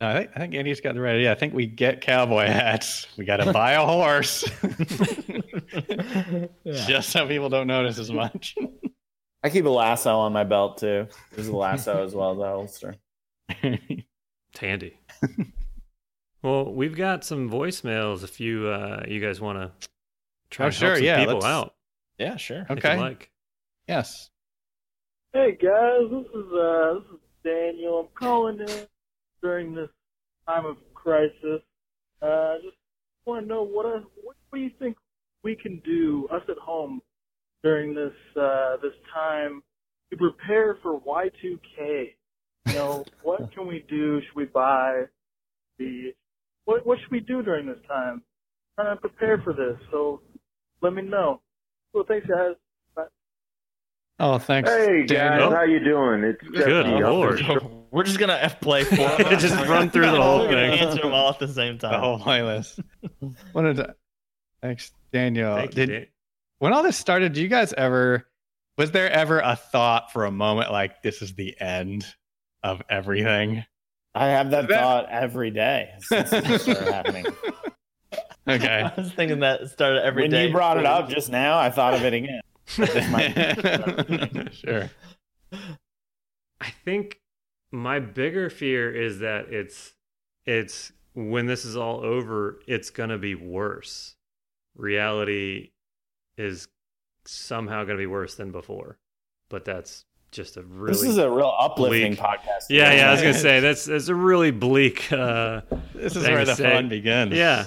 [SPEAKER 2] No, I think I think Andy's got the right idea. I think we get cowboy hats. We got to buy a horse, just so people don't notice as much.
[SPEAKER 3] I keep a lasso on my belt too. There's a lasso as well as a holster.
[SPEAKER 1] It's handy. well, we've got some voicemails. If you uh, you guys want to try
[SPEAKER 2] Oh,
[SPEAKER 1] and help
[SPEAKER 2] sure,
[SPEAKER 1] some
[SPEAKER 2] yeah,
[SPEAKER 1] people
[SPEAKER 2] let's-
[SPEAKER 1] out,
[SPEAKER 4] Yeah, sure.
[SPEAKER 1] if you
[SPEAKER 2] Okay.
[SPEAKER 1] like.
[SPEAKER 2] yes.
[SPEAKER 5] Hey guys, this is uh, this is Daniel. I'm calling in during this time of crisis. Uh, I just want to know what uh what do you think we can do us at home during this uh, this time to prepare for Y2K? You know, what can we do? Should we buy the what what should we do during this time? trying to prepare for this. So let me know. Well, thanks guys.
[SPEAKER 2] Oh, thanks.
[SPEAKER 6] Hey guys,
[SPEAKER 2] Daniel.
[SPEAKER 6] how you doing? It's
[SPEAKER 1] Good
[SPEAKER 6] Jeffy.
[SPEAKER 1] Oh, lord.
[SPEAKER 4] We're just going to F play for
[SPEAKER 1] Just run through the whole thing.
[SPEAKER 4] Answer them all at the same
[SPEAKER 2] the
[SPEAKER 4] time.
[SPEAKER 2] whole playlist. Wanted to, thanks, Daniel.
[SPEAKER 1] Thank you,
[SPEAKER 2] Oh, Did
[SPEAKER 1] Dan-
[SPEAKER 2] when all this started? Do you guys ever? Was there ever a thought for a moment like this is the end of everything?
[SPEAKER 3] I have that
[SPEAKER 2] That-
[SPEAKER 3] thought every day since this started happening.
[SPEAKER 2] Okay.
[SPEAKER 4] I was thinking that started every
[SPEAKER 3] when
[SPEAKER 4] day.
[SPEAKER 3] you brought it up just now, I thought of it again. This might-
[SPEAKER 2] sure.
[SPEAKER 1] I think my bigger fear is that it's it's when this is all over, it's gonna be worse. Reality is somehow gonna be worse than before, but that's just a really
[SPEAKER 3] This is a real uplifting
[SPEAKER 1] Bleak.
[SPEAKER 3] podcast.
[SPEAKER 1] yeah yeah. I was gonna say that's that's a really bleak. Uh,
[SPEAKER 2] This is
[SPEAKER 1] Thing
[SPEAKER 2] where
[SPEAKER 1] to
[SPEAKER 2] the
[SPEAKER 1] say.
[SPEAKER 2] fun begins.
[SPEAKER 1] yeah,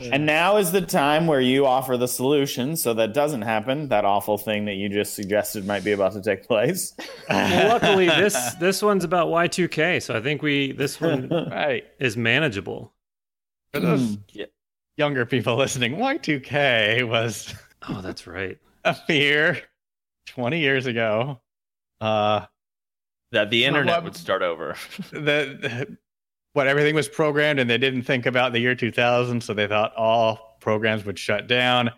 [SPEAKER 3] And now is the time where you offer the solution so that doesn't happen. That awful thing that you just suggested might be about to take place.
[SPEAKER 1] Well, luckily this this one's about Y2K, so I think we this one
[SPEAKER 2] Right.
[SPEAKER 1] is manageable.
[SPEAKER 2] For those
[SPEAKER 4] Yeah.
[SPEAKER 2] younger people listening, Y2K was
[SPEAKER 1] Oh, that's right.
[SPEAKER 2] a fear 20 years ago. Uh,
[SPEAKER 4] That the
[SPEAKER 2] Well,
[SPEAKER 4] internet
[SPEAKER 2] what-
[SPEAKER 4] would start over.
[SPEAKER 2] the, what everything was programmed and they didn't think about the year 2000 so they thought all programs would shut down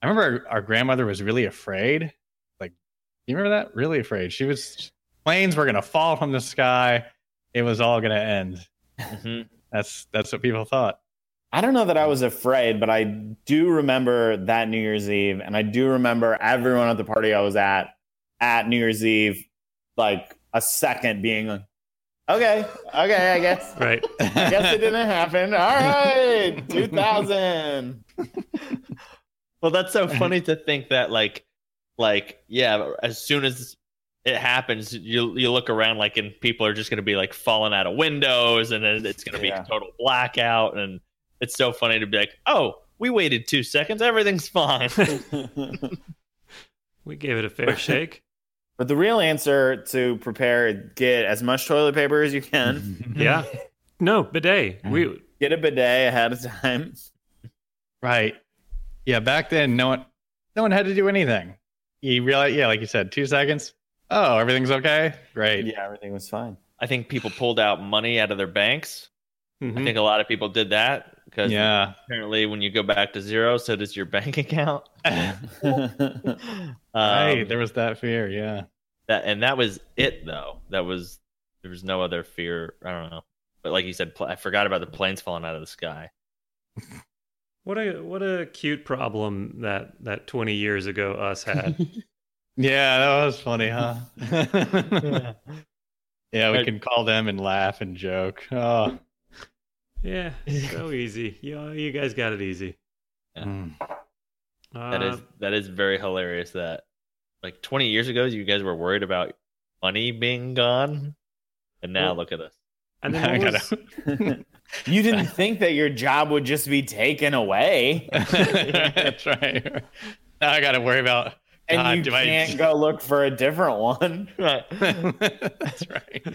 [SPEAKER 2] i remember our, our grandmother was really afraid like you remember that really afraid she was planes were going to fall from the sky it was all going to end
[SPEAKER 4] Mhm.
[SPEAKER 2] that's that's what people thought
[SPEAKER 3] I don't know that I was afraid, but I do remember that New Year's Eve, and I do remember everyone at the party I was at at New Year's Eve, like a second being like, "Okay, okay, I guess,
[SPEAKER 1] Right.
[SPEAKER 3] I guess it didn't happen." All right, two thousand.
[SPEAKER 4] Well, that's so funny to think that like like yeah, as soon as it happens, you you look around like and people are just going to be like falling out of windows and then it's going to be
[SPEAKER 3] Yeah.
[SPEAKER 4] total blackout and it's so funny to be like, "Oh, we waited 2 seconds, everything's fine."
[SPEAKER 1] We gave it a fair shake.
[SPEAKER 3] But the real answer to prepare, get as much toilet paper as you can,
[SPEAKER 1] Yeah. No, bidet. We
[SPEAKER 3] get a bidet ahead of time.
[SPEAKER 2] right yeah back then no one no one had to do anything you realize yeah like you said two seconds oh everything's okay great
[SPEAKER 3] Yeah, everything was fine.
[SPEAKER 4] I think people pulled out money out of their banks. I
[SPEAKER 1] mhm.
[SPEAKER 4] think a lot of people did that because
[SPEAKER 2] yeah
[SPEAKER 4] apparently when you go back to zero, so does your bank account.
[SPEAKER 2] right
[SPEAKER 4] Um,
[SPEAKER 2] there was that fear yeah
[SPEAKER 4] that and that was it though that was there was no other fear i don't know but like you said pl- i forgot about the planes falling out of the sky
[SPEAKER 1] what a what a cute problem that that 20 years ago us had.
[SPEAKER 2] Yeah, that was funny, huh? yeah. we
[SPEAKER 4] Right.
[SPEAKER 2] can call them and laugh and joke. Oh.
[SPEAKER 1] yeah, so easy. You you guys got it easy.
[SPEAKER 3] Mm.
[SPEAKER 1] Uh,
[SPEAKER 4] that is that is very hilarious that like 20 years ago you guys were worried about money being gone and now
[SPEAKER 1] Well-
[SPEAKER 4] look at us
[SPEAKER 1] and then
[SPEAKER 2] I
[SPEAKER 1] what
[SPEAKER 2] gotta-
[SPEAKER 1] was-
[SPEAKER 3] You didn't think that your job would just be taken away,
[SPEAKER 2] That's right. Now I got to worry about.
[SPEAKER 3] and
[SPEAKER 2] God,
[SPEAKER 3] you
[SPEAKER 2] do I-
[SPEAKER 3] can't go look for a different one.
[SPEAKER 2] That's right.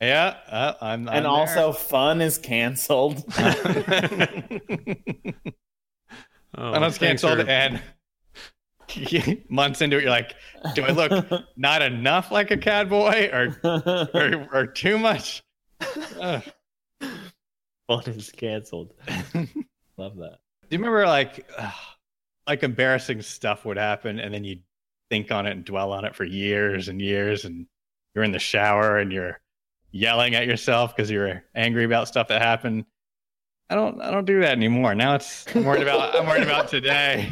[SPEAKER 2] Yeah, uh, I'm.
[SPEAKER 3] and also, fun is canceled.
[SPEAKER 2] also,
[SPEAKER 1] Oh,
[SPEAKER 2] I was
[SPEAKER 1] thanks
[SPEAKER 2] canceled,
[SPEAKER 1] for-
[SPEAKER 2] and months into it, you're like, "Do I look not enough like a cowboy, or
[SPEAKER 4] Mm-hmm.
[SPEAKER 2] or, or too much?" Ugh.
[SPEAKER 4] fun is canceled love that
[SPEAKER 2] Do you remember like ugh, like embarrassing stuff would happen and then you think on it and dwell on it for years and years and you're in the shower and you're yelling at yourself because you're angry about stuff that happened. I don't I don't do that anymore. Now it's I'm worried about I'm worried about today.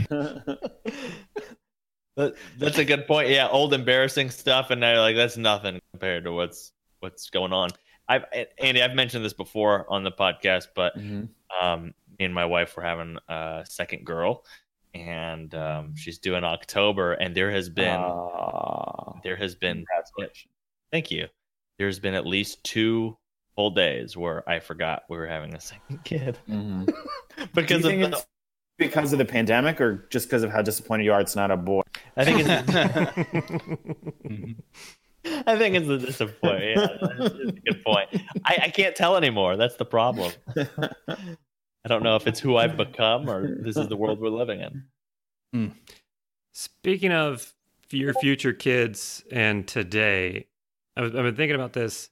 [SPEAKER 4] That- that's a good point. Yeah, old embarrassing stuff, and they're like, that's nothing compared to what's what's going on. I've Andy, I've mentioned this before on the podcast, but um, me and my wife were having a second girl, and um, she's due in October, and there has been
[SPEAKER 3] Ah. Aw.
[SPEAKER 4] there has been
[SPEAKER 3] Congratulations.
[SPEAKER 4] thank you. There's been at least two full days where I forgot we were having a second kid
[SPEAKER 3] Mhm. Do you
[SPEAKER 4] Mm-hmm. because of
[SPEAKER 3] think
[SPEAKER 4] the,
[SPEAKER 3] it's because of the pandemic, or just because of how disappointed you are, it's not a boy.
[SPEAKER 4] I think it's I think it's a disappointment. Yeah, that's a good point. I, I can't tell anymore. That's the problem. I don't know if it's who I've become or this is the world we're living in.
[SPEAKER 1] Speaking of your future kids and today, I was, I've been thinking about this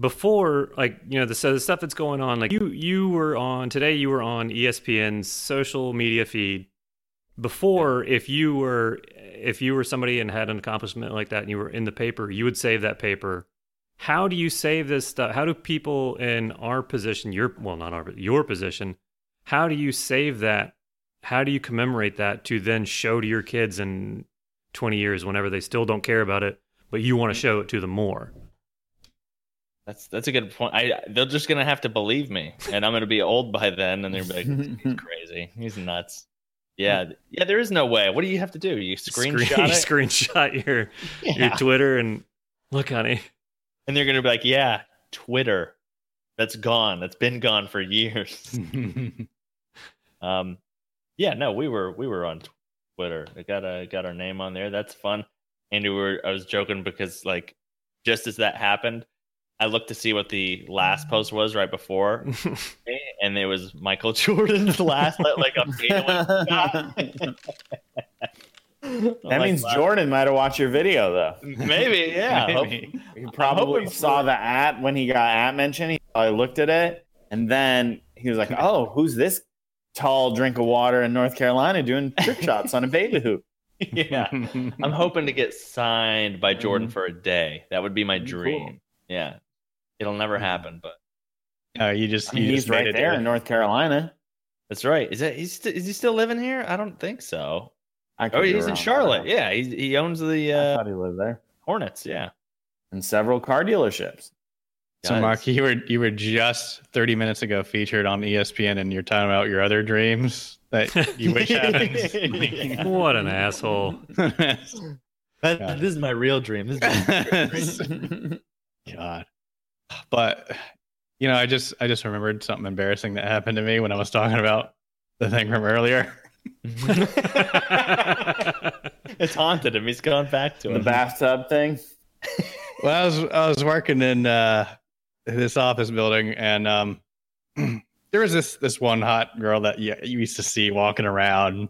[SPEAKER 1] before. Like you know, the so the stuff that's going on. Like you you were on today. You were on E ESPN's social media feed. Before, if you were if you were somebody and had an accomplishment like that, and you were in the paper, you would save that paper. How do you save this stuff? How do people in our position, your well, not our, but your position, how do you save that how do you commemorate that to then show to your kids in 20 years whenever they still don't care about it but you
[SPEAKER 4] Mm-hmm.
[SPEAKER 1] want to show it to them more
[SPEAKER 4] That's that's a good point. I they're just gonna have to believe me, and I'm gonna be old by then, and they're gonna be like, "He's crazy. He's nuts." Yeah, yeah. There is no way. What do you have to do? You screenshot
[SPEAKER 1] Screen-
[SPEAKER 4] it,
[SPEAKER 1] screenshot your your
[SPEAKER 4] Yeah.
[SPEAKER 1] twitter and look honey
[SPEAKER 4] and they're gonna be like, "Yeah, Twitter. That's gone. That's been gone for years." Um, yeah, no, we were we were on Twitter. I got a got our name on there. That's fun. And we were I was joking because like
[SPEAKER 1] Mm.
[SPEAKER 4] just as that happened, I looked to see what the last post was right before, and it was Michael Jordan's last like a fadeaway shot.
[SPEAKER 3] That means Jordan might have watched your video though.
[SPEAKER 4] Maybe, yeah.
[SPEAKER 2] Maybe.
[SPEAKER 3] He
[SPEAKER 4] hoping
[SPEAKER 3] probably
[SPEAKER 4] for
[SPEAKER 3] saw the at when he got at mentioned. He probably looked at it and then he was like, "Oh, who's this tall drink of water in North Carolina doing trick shots on a baby hoop?"
[SPEAKER 4] Hope- yeah. I'm hoping to get signed by Jordan for a day. That would be my dream. Yeah. It'll never happen, but
[SPEAKER 2] No, Uh, you just
[SPEAKER 3] I mean,
[SPEAKER 2] you
[SPEAKER 3] he's
[SPEAKER 2] just made
[SPEAKER 3] right
[SPEAKER 2] it
[SPEAKER 3] there
[SPEAKER 2] dude.
[SPEAKER 3] in North Carolina.
[SPEAKER 4] that's right. Is that he's st- is he still living here? I don't think so.
[SPEAKER 3] I could
[SPEAKER 4] Oh,
[SPEAKER 3] be
[SPEAKER 4] he's
[SPEAKER 3] wrong.
[SPEAKER 4] in Charlotte. Yeah, he he owns the
[SPEAKER 3] I
[SPEAKER 4] uh,
[SPEAKER 3] thought he lived there.
[SPEAKER 4] Hornets. Yeah.
[SPEAKER 3] And several car dealerships.
[SPEAKER 2] So
[SPEAKER 4] Guys.
[SPEAKER 2] Mark, you were you were just 30 minutes ago featured on E ESPN, and you're talking about your other dreams that you wish happens.
[SPEAKER 1] What an asshole.
[SPEAKER 4] That-
[SPEAKER 2] God.
[SPEAKER 4] This is my real dream. This is my real dream.
[SPEAKER 2] God, but you know, I just I just remembered something embarrassing that happened to me when I was talking about the thing from earlier.
[SPEAKER 4] it's haunted him. He's gone back to
[SPEAKER 3] the
[SPEAKER 4] it.
[SPEAKER 3] bathtub thing.
[SPEAKER 2] Well, I was I was working in uh, this office building, and um, there was this this one hot girl that you, you used to see walking around.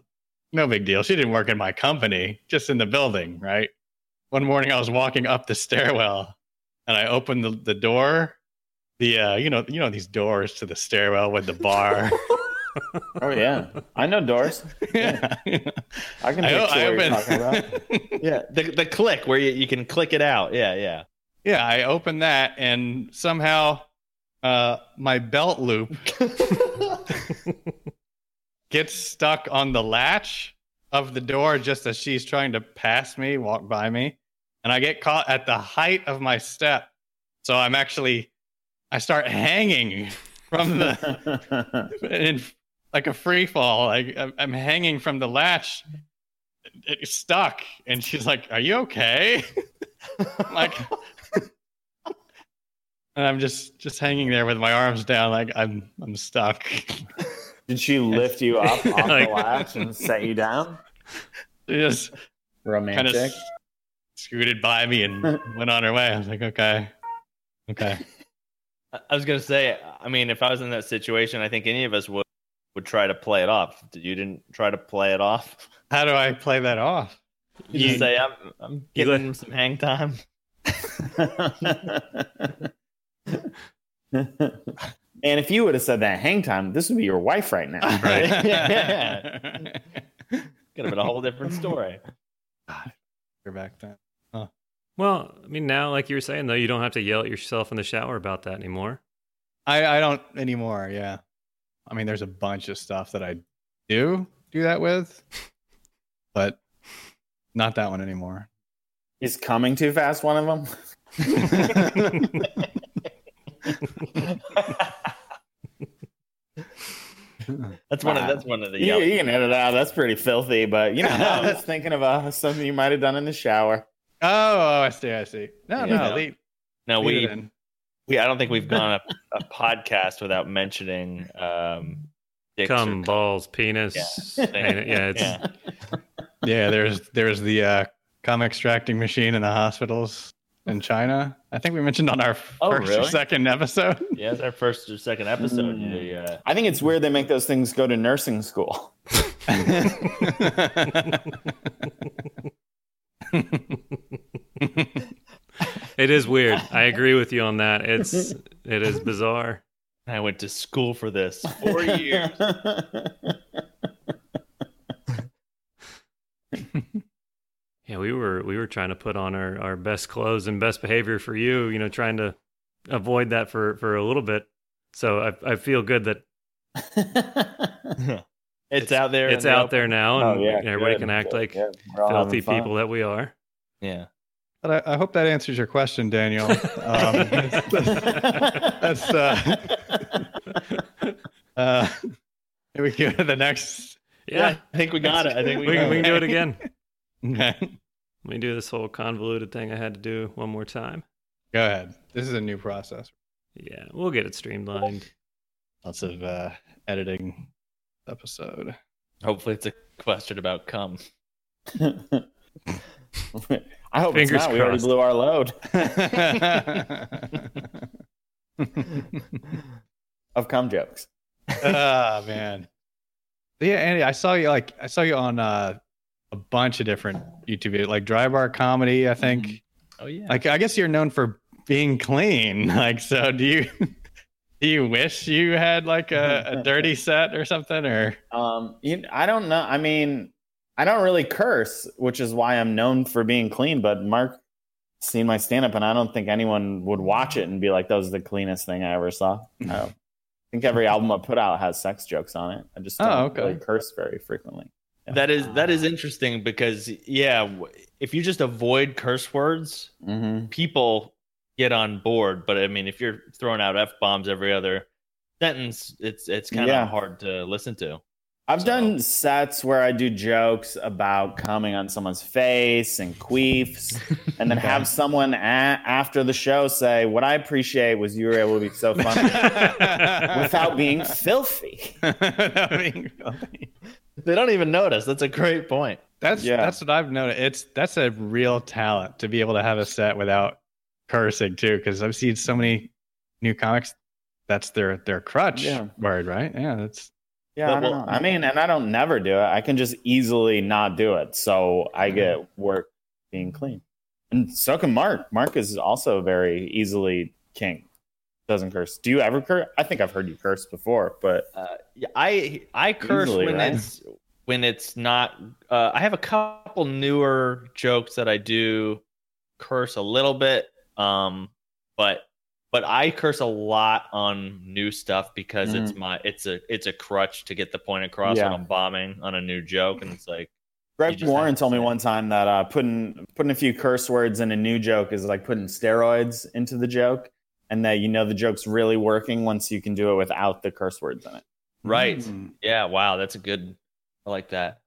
[SPEAKER 2] No big deal. She didn't work in my company, just in the building, right? One morning, I was walking up the stairwell, and I opened the, the door. The uh, you know you know these doors to the stairwell with the bar.
[SPEAKER 3] Oh yeah, I know Doris.
[SPEAKER 2] yeah.
[SPEAKER 3] I can picture
[SPEAKER 2] I, o-
[SPEAKER 3] what
[SPEAKER 2] I
[SPEAKER 3] you're talking about.
[SPEAKER 2] opened.
[SPEAKER 4] yeah, the the click where you, you can click it out. Yeah, yeah.
[SPEAKER 2] Yeah, I opened that and somehow uh, my belt loop gets stuck on the latch of the door just as she's trying to pass me, walk by me. And I get caught at the height of my step. So I'm actually, I start hanging from the, in like a free fall. Like I'm- I'm hanging from the latch, it, it's stuck, and she's like, "Are you okay?" I'm like, and I'm just just hanging there with my arms down, like I'm I'm stuck.
[SPEAKER 3] Did she lift you up off
[SPEAKER 1] Like-
[SPEAKER 3] the latch and set you down?
[SPEAKER 2] just kind
[SPEAKER 3] Romantic.
[SPEAKER 2] of scooted by me and went on her way. I was like, "Okay, okay."
[SPEAKER 4] I- I was gonna say. I mean, if I was in that situation, I think any of us would would try to play it off. You didn't try to play it off.
[SPEAKER 2] How do I play that off?
[SPEAKER 4] You just say, "I'm I'm
[SPEAKER 1] You
[SPEAKER 4] giving him some hang time."
[SPEAKER 3] And if you would have said that hang time, this would be your wife right now.
[SPEAKER 4] Right. Yeah. Could have been a whole different story.
[SPEAKER 2] You're back then.
[SPEAKER 1] Well, I mean, now, like you were saying, though, you don't have to yell at yourself in the shower about that anymore.
[SPEAKER 2] I, I don't anymore. Yeah. I mean, there's a bunch of stuff that I do do that with, but not that one anymore.
[SPEAKER 3] Is coming too fast one of them?
[SPEAKER 4] That's one of
[SPEAKER 3] Wow.
[SPEAKER 4] that's one of the
[SPEAKER 3] You,
[SPEAKER 4] yellow.
[SPEAKER 3] you can edit out. That's pretty filthy, but you know, I was thinking of uh, something you might have done in the shower.
[SPEAKER 2] Oh, oh, I see. I see. No,
[SPEAKER 4] Yeah.
[SPEAKER 2] no. Leave,
[SPEAKER 4] Now
[SPEAKER 2] leave
[SPEAKER 4] we
[SPEAKER 2] it in.
[SPEAKER 4] we I don't think we've gone a, a podcast without mentioning um dicks or
[SPEAKER 1] Come, balls, penis.
[SPEAKER 4] Yeah.
[SPEAKER 1] and- yeah, it's,
[SPEAKER 4] Yeah.
[SPEAKER 2] Yeah. There's, there's the uh, cum extracting machine in the hospitals in China. I think we mentioned on our first
[SPEAKER 4] Oh,
[SPEAKER 2] or
[SPEAKER 4] really?
[SPEAKER 2] second episode.
[SPEAKER 4] Yeah, it's our first or second episode.
[SPEAKER 3] Mm.
[SPEAKER 4] You, uh,
[SPEAKER 3] I think it's weird they make those things go to nursing school.
[SPEAKER 1] It is weird. I agree with you on that. It's it is bizarre.
[SPEAKER 4] I went to school for this four years.
[SPEAKER 3] Oh,
[SPEAKER 1] Yeah, we were we were trying to put on our, our best clothes and best behavior for you, you know, trying to avoid that for, for a little bit. So I I feel good that
[SPEAKER 4] it's, out there.
[SPEAKER 1] it's
[SPEAKER 4] in the
[SPEAKER 1] out
[SPEAKER 4] open.
[SPEAKER 1] there now and
[SPEAKER 3] Oh, yeah,
[SPEAKER 1] everybody
[SPEAKER 3] good,
[SPEAKER 1] can act
[SPEAKER 3] good,
[SPEAKER 1] like
[SPEAKER 3] good. We're all
[SPEAKER 1] filthy
[SPEAKER 3] having fun.
[SPEAKER 1] people that we are.
[SPEAKER 4] Yeah.
[SPEAKER 2] But I, I hope that answers your question, Daniel. Um, that's uh, uh, can we go to the next.
[SPEAKER 1] Yeah.
[SPEAKER 4] I think we got it. I think we,
[SPEAKER 1] We can, we can do it
[SPEAKER 2] Okay.
[SPEAKER 1] again.
[SPEAKER 2] Okay.
[SPEAKER 1] Let me do this whole convoluted thing I had to do one more time.
[SPEAKER 2] Go ahead. This is a new process.
[SPEAKER 1] Yeah, we'll get it streamlined.
[SPEAKER 2] Lots of uh, editing episode.
[SPEAKER 4] Hopefully, it's a question about cum.
[SPEAKER 3] I hope it's
[SPEAKER 1] Fingers
[SPEAKER 3] not. We already
[SPEAKER 1] crossed.
[SPEAKER 3] blew our load
[SPEAKER 2] Ah, yeah,
[SPEAKER 3] of cum jokes.
[SPEAKER 2] oh man. But yeah, Andy, I saw you like I saw you on uh, a bunch of different YouTube videos, like Dry Bar Comedy, I think.
[SPEAKER 4] Oh yeah.
[SPEAKER 2] Like I guess you're known for being clean. Like so do you do you wish you had like a, a dirty set or something or
[SPEAKER 3] Um, you, I don't know. I mean, I don't really curse, which is why I'm known for being clean. But Mark seen my stand up, and I don't think anyone would watch it and be like, "That was the cleanest thing I ever saw." No. I think every album I put out has sex jokes on it. I just
[SPEAKER 2] Oh,
[SPEAKER 3] don't
[SPEAKER 2] okay.
[SPEAKER 3] really curse very frequently.
[SPEAKER 4] That is that is interesting because yeah, w- if you just avoid curse words,
[SPEAKER 2] Mm-hmm.
[SPEAKER 3] hmm
[SPEAKER 4] people get on board. But I mean, if you're throwing out f bombs every other sentence, it's it's kind of
[SPEAKER 3] Yeah.
[SPEAKER 4] hard to listen to.
[SPEAKER 3] I've done sets where I do jokes about coming on someone's face and queefs, and then have someone a- after the show say, "What I appreciate was you were able to be so funny without being filthy."
[SPEAKER 2] Without being filthy.
[SPEAKER 4] They don't even notice. That's a great point.
[SPEAKER 2] That's
[SPEAKER 3] Yeah.
[SPEAKER 2] that's what I've noticed. It's that's a real talent to be able to have a set without cursing too, because I've seen so many new comics. That's their their crutch
[SPEAKER 3] Yeah.
[SPEAKER 2] word, right? Yeah, that's
[SPEAKER 3] Yeah,
[SPEAKER 4] But
[SPEAKER 3] I don't
[SPEAKER 4] we'll-
[SPEAKER 3] know. I mean, and I don't never do it. I can just easily not do it. So I get work being clean. And so can Mark. Mark is also very easily king. Doesn't curse. Do you ever curse? I think I've heard you curse before, but
[SPEAKER 4] Yeah, I I curse
[SPEAKER 3] Easily,
[SPEAKER 4] when
[SPEAKER 3] right?
[SPEAKER 4] it's when it's not. Uh, I have a couple newer jokes that I do curse a little bit, um, but but I curse a lot on new stuff because it's my it's a it's a crutch to get the point across
[SPEAKER 3] Mm. Yeah.
[SPEAKER 4] when I'm bombing on a new joke, and it's like
[SPEAKER 3] Greg
[SPEAKER 4] just
[SPEAKER 3] Warren
[SPEAKER 4] have to
[SPEAKER 3] told me
[SPEAKER 4] say it.
[SPEAKER 3] one time that uh, putting putting a few curse words in a new joke is like putting steroids into the joke, and that you know the joke's really working once you can do it without the curse words in it.
[SPEAKER 4] right,
[SPEAKER 2] Mm.
[SPEAKER 4] yeah, wow, that's a good. I like that.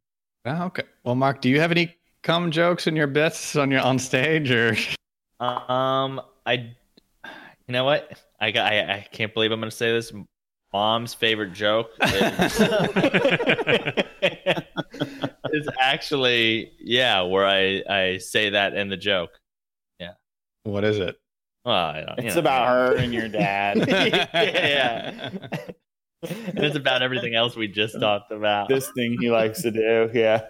[SPEAKER 2] Oh, okay. Well, Mark, do you have any cum jokes in your bits on your on stage or
[SPEAKER 4] Um, I, you know what? I got. I, I can't believe I'm gonna say this. Mom's favorite joke is, is actually yeah, where I I say that in the joke.
[SPEAKER 2] what is it?
[SPEAKER 4] Well, I don't- you
[SPEAKER 3] It's
[SPEAKER 4] know,
[SPEAKER 3] about her and your dad.
[SPEAKER 4] Yeah. And it's about everything else we just talked about.
[SPEAKER 3] this thing he likes to do. Yeah.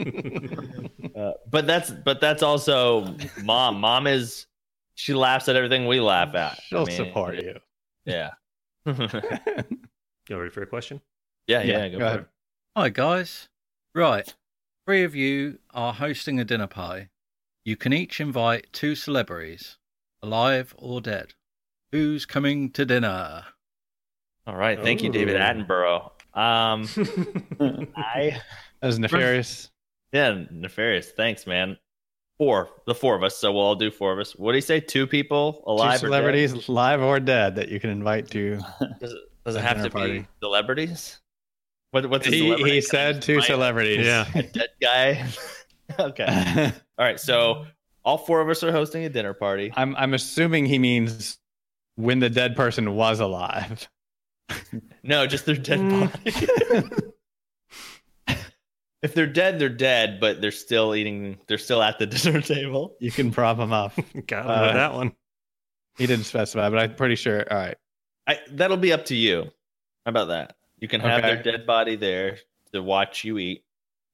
[SPEAKER 4] Uh, but that's but that's also mom. Mom is she laughs at everything we laugh at. I
[SPEAKER 2] She'll
[SPEAKER 4] mean,
[SPEAKER 2] support you.
[SPEAKER 4] Yeah. yeah,
[SPEAKER 1] You ready for a question?
[SPEAKER 4] yeah, Go, for
[SPEAKER 2] ahead.
[SPEAKER 4] it.
[SPEAKER 6] Hi, guys. Right. Three of you are hosting a dinner party. You can each invite two celebrities, alive or dead. Who's coming to dinner?
[SPEAKER 4] All right. Thank you, David
[SPEAKER 1] Ooh.
[SPEAKER 4] Attenborough. Um, I
[SPEAKER 2] That was nefarious.
[SPEAKER 4] Yeah, nefarious. Thanks, man. Four, the four of us. So we'll all do four of us. What do you say? Two people,
[SPEAKER 2] Two
[SPEAKER 4] alive, or dead?
[SPEAKER 2] celebrities, live or dead, that you can invite to.
[SPEAKER 4] Does
[SPEAKER 2] at
[SPEAKER 4] it have
[SPEAKER 2] dinner
[SPEAKER 4] to
[SPEAKER 2] party.
[SPEAKER 4] be celebrities? What, what's a
[SPEAKER 2] He,
[SPEAKER 4] celebrity?
[SPEAKER 2] he said two
[SPEAKER 4] Mine.
[SPEAKER 2] celebrities.
[SPEAKER 1] Yeah.
[SPEAKER 4] A dead guy. okay. All right. So all four of us are hosting a dinner party.
[SPEAKER 2] I'm I'm assuming he means when the dead person was alive.
[SPEAKER 4] No, just their dead body. if they're dead, they're dead, but they're still eating. They're still at the dinner table.
[SPEAKER 2] You can prop him up.
[SPEAKER 1] Got
[SPEAKER 2] Uh,
[SPEAKER 1] that one.
[SPEAKER 2] He didn't specify, but I'm pretty sure. All right.
[SPEAKER 4] I, that'll be up to you. How about that? You can have
[SPEAKER 2] Okay.
[SPEAKER 4] their dead body there to watch you eat,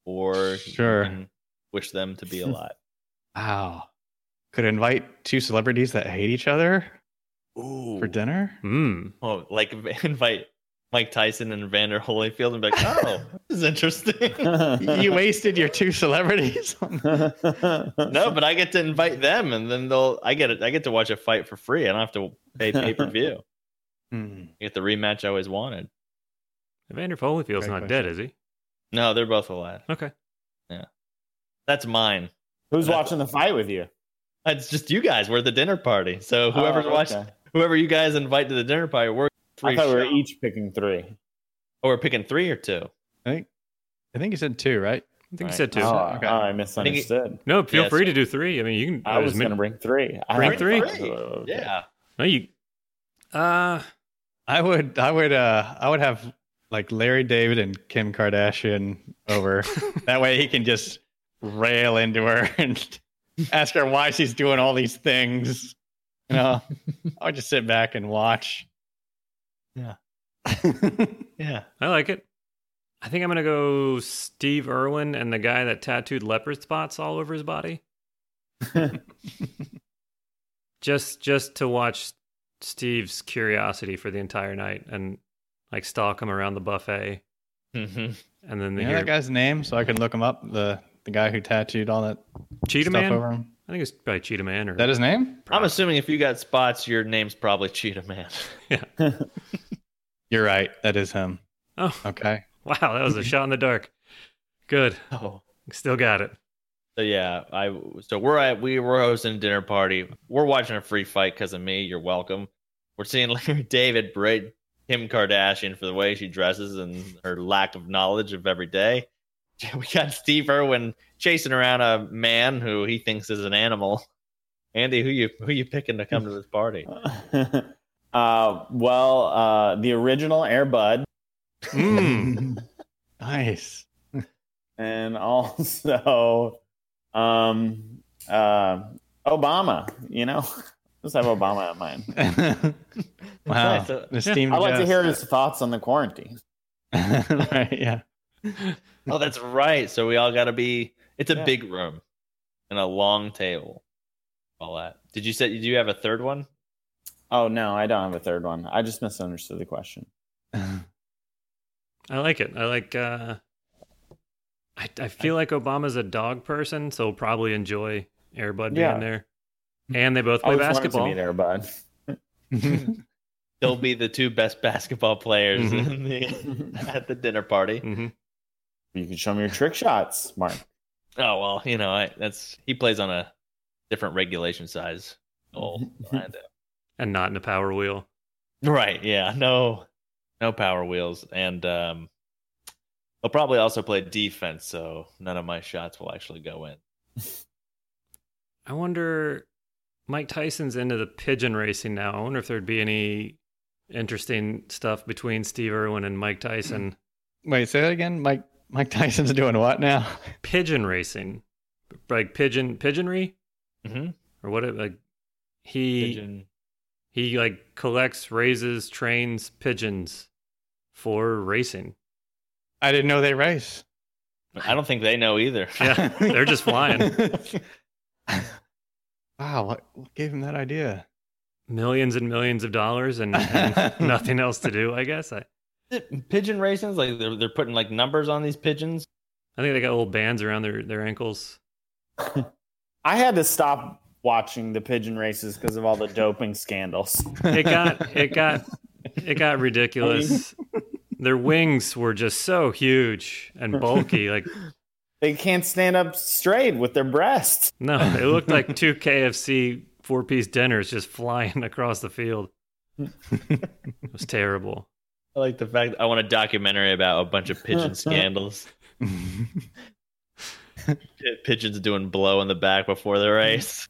[SPEAKER 4] or
[SPEAKER 2] Sure.
[SPEAKER 4] you can wish them to be alive.
[SPEAKER 2] Wow. Could invite two celebrities that hate each other
[SPEAKER 4] Ooh.
[SPEAKER 2] for dinner?
[SPEAKER 1] Mm.
[SPEAKER 4] Oh, like invite Mike Tyson and Vander Holyfield and be like, oh, this is interesting.
[SPEAKER 2] you wasted your two celebrities. on-
[SPEAKER 4] no, but I get to invite them, and then they'll. I get it. I get to watch a fight for free. I don't have to pay pay per view.
[SPEAKER 2] Hmm.
[SPEAKER 4] Get the rematch I always wanted.
[SPEAKER 1] Evander Holyfield's
[SPEAKER 2] Great
[SPEAKER 1] not
[SPEAKER 2] question.
[SPEAKER 1] dead, is he?
[SPEAKER 4] No, they're both alive.
[SPEAKER 1] Okay.
[SPEAKER 4] That's mine.
[SPEAKER 3] Who's watching the fight with you?
[SPEAKER 4] It's just you guys. We're at the dinner party. So whoever's
[SPEAKER 3] Oh,
[SPEAKER 4] watching,
[SPEAKER 3] okay.
[SPEAKER 4] whoever you guys invite to the dinner party, we're
[SPEAKER 3] I
[SPEAKER 4] free.
[SPEAKER 3] thought we were
[SPEAKER 4] shot.
[SPEAKER 3] each picking three.
[SPEAKER 4] Oh, we're picking three or two.
[SPEAKER 2] I think I think he said two, right?
[SPEAKER 1] I think you
[SPEAKER 4] Right.
[SPEAKER 1] said two.
[SPEAKER 3] Oh,
[SPEAKER 2] Okay.
[SPEAKER 3] oh, I misunderstood.
[SPEAKER 1] no, feel
[SPEAKER 4] Yes.
[SPEAKER 1] free to do three. I mean, you can.
[SPEAKER 3] I was going to bring three. I
[SPEAKER 1] Bring
[SPEAKER 3] had-
[SPEAKER 1] three?
[SPEAKER 3] Oh, okay.
[SPEAKER 4] Yeah.
[SPEAKER 1] No, you. Uh,
[SPEAKER 2] I would I would uh I would have like Larry David and Kim Kardashian over. that way he can just rail into her and ask her why she's doing all these things. You know, I would just sit back and watch. Yeah.
[SPEAKER 1] I like it. I think I'm gonna go Steve Irwin and the guy that tattooed leopard spots all over his body. just just to watch Steve's curiosity for the entire night and like stalk him around the buffet
[SPEAKER 4] Mhm.
[SPEAKER 1] and then
[SPEAKER 2] You
[SPEAKER 1] the
[SPEAKER 2] know
[SPEAKER 1] hear
[SPEAKER 2] that guy's name, so I can look him up. The the guy who tattooed all that
[SPEAKER 1] Cheetah
[SPEAKER 2] stuff
[SPEAKER 1] Man.
[SPEAKER 2] over him.
[SPEAKER 1] I think it's probably Cheetah Man or
[SPEAKER 2] That his name?
[SPEAKER 4] I'm assuming if you got spots, your name's probably Cheetah Man.
[SPEAKER 2] You're right. That is him.
[SPEAKER 1] Oh
[SPEAKER 2] Okay.
[SPEAKER 1] wow, that was a shot in the dark. Good,
[SPEAKER 4] Oh.
[SPEAKER 1] still got it.
[SPEAKER 4] So yeah, I so we're at we were hosting a dinner party. We're watching a free fight because of me. You're welcome. We're seeing Larry David berate Kim Kardashian for the way she dresses and her lack of knowledge of every day. We got Steve Irwin chasing around a man who he thinks is an animal. Andy, who you who you picking to come to this party?
[SPEAKER 3] uh, well, uh, the original Air Bud,
[SPEAKER 1] Mm.
[SPEAKER 2] Nice.
[SPEAKER 3] and also um, uh, Obama. You know, just have Obama in mind.
[SPEAKER 2] wow.
[SPEAKER 4] Nice. Uh,
[SPEAKER 2] An esteemed
[SPEAKER 3] I'd like to
[SPEAKER 2] guest.
[SPEAKER 3] hear his thoughts on the quarantine.
[SPEAKER 2] right, yeah.
[SPEAKER 4] Oh, that's right. So we all got to be. It's a
[SPEAKER 3] Yeah.
[SPEAKER 4] big room and a long table. All that. Did you say? Do you have a third one?
[SPEAKER 3] Oh no, I don't have a third one. I just misunderstood the question.
[SPEAKER 1] I like it. I like. uh I, I feel like Obama's a dog person, so he'll probably enjoy Airbud being
[SPEAKER 3] Yeah.
[SPEAKER 1] there. And they both play
[SPEAKER 3] Always wanted
[SPEAKER 1] basketball.
[SPEAKER 3] to be there, Bud.
[SPEAKER 4] They'll be the two best basketball players
[SPEAKER 1] Mhm.
[SPEAKER 4] in the, at the dinner party.
[SPEAKER 1] hmm
[SPEAKER 3] You can show me your trick shots, Mark.
[SPEAKER 4] Oh well, you know I, that's he plays on a different regulation size Oh, goal. Kind of.
[SPEAKER 1] And not in a power wheel.
[SPEAKER 4] right? Yeah. No, no power wheels, and um, he'll probably also play defense, so none of my shots will actually go in.
[SPEAKER 1] I wonder. Mike Tyson's into the pigeon racing now. I wonder if there'd be any interesting stuff between Steve Irwin and Mike Tyson.
[SPEAKER 2] Wait, say that again. Mike Mike Tyson's doing what now?
[SPEAKER 1] pigeon racing, like pigeon pigeonry
[SPEAKER 3] Mm-hmm.
[SPEAKER 4] Mhm.
[SPEAKER 1] or what? It, like he
[SPEAKER 4] Pigeon.
[SPEAKER 1] he like collects, raises, trains pigeons for racing.
[SPEAKER 2] I didn't know they race.
[SPEAKER 4] I don't think they know either.
[SPEAKER 1] Yeah, they're just flying.
[SPEAKER 2] wow, what, what gave him that idea?
[SPEAKER 1] Millions and millions of dollars and, and nothing else to do, I guess. I,
[SPEAKER 4] pigeon racings like they're they're putting like numbers on these pigeons.
[SPEAKER 1] I think they got little bands around their, their ankles.
[SPEAKER 3] I had to stop watching the pigeon races because of all the doping scandals.
[SPEAKER 1] It got it got it got ridiculous. Their wings were just so huge and bulky. Like
[SPEAKER 3] They can't stand up straight with their breast.
[SPEAKER 1] no, they looked like two KFC four piece dinners just flying across the field. It was terrible.
[SPEAKER 4] I like the fact I want a documentary about a bunch of pigeon scandals. P- Pigeons doing blow in the back before the race.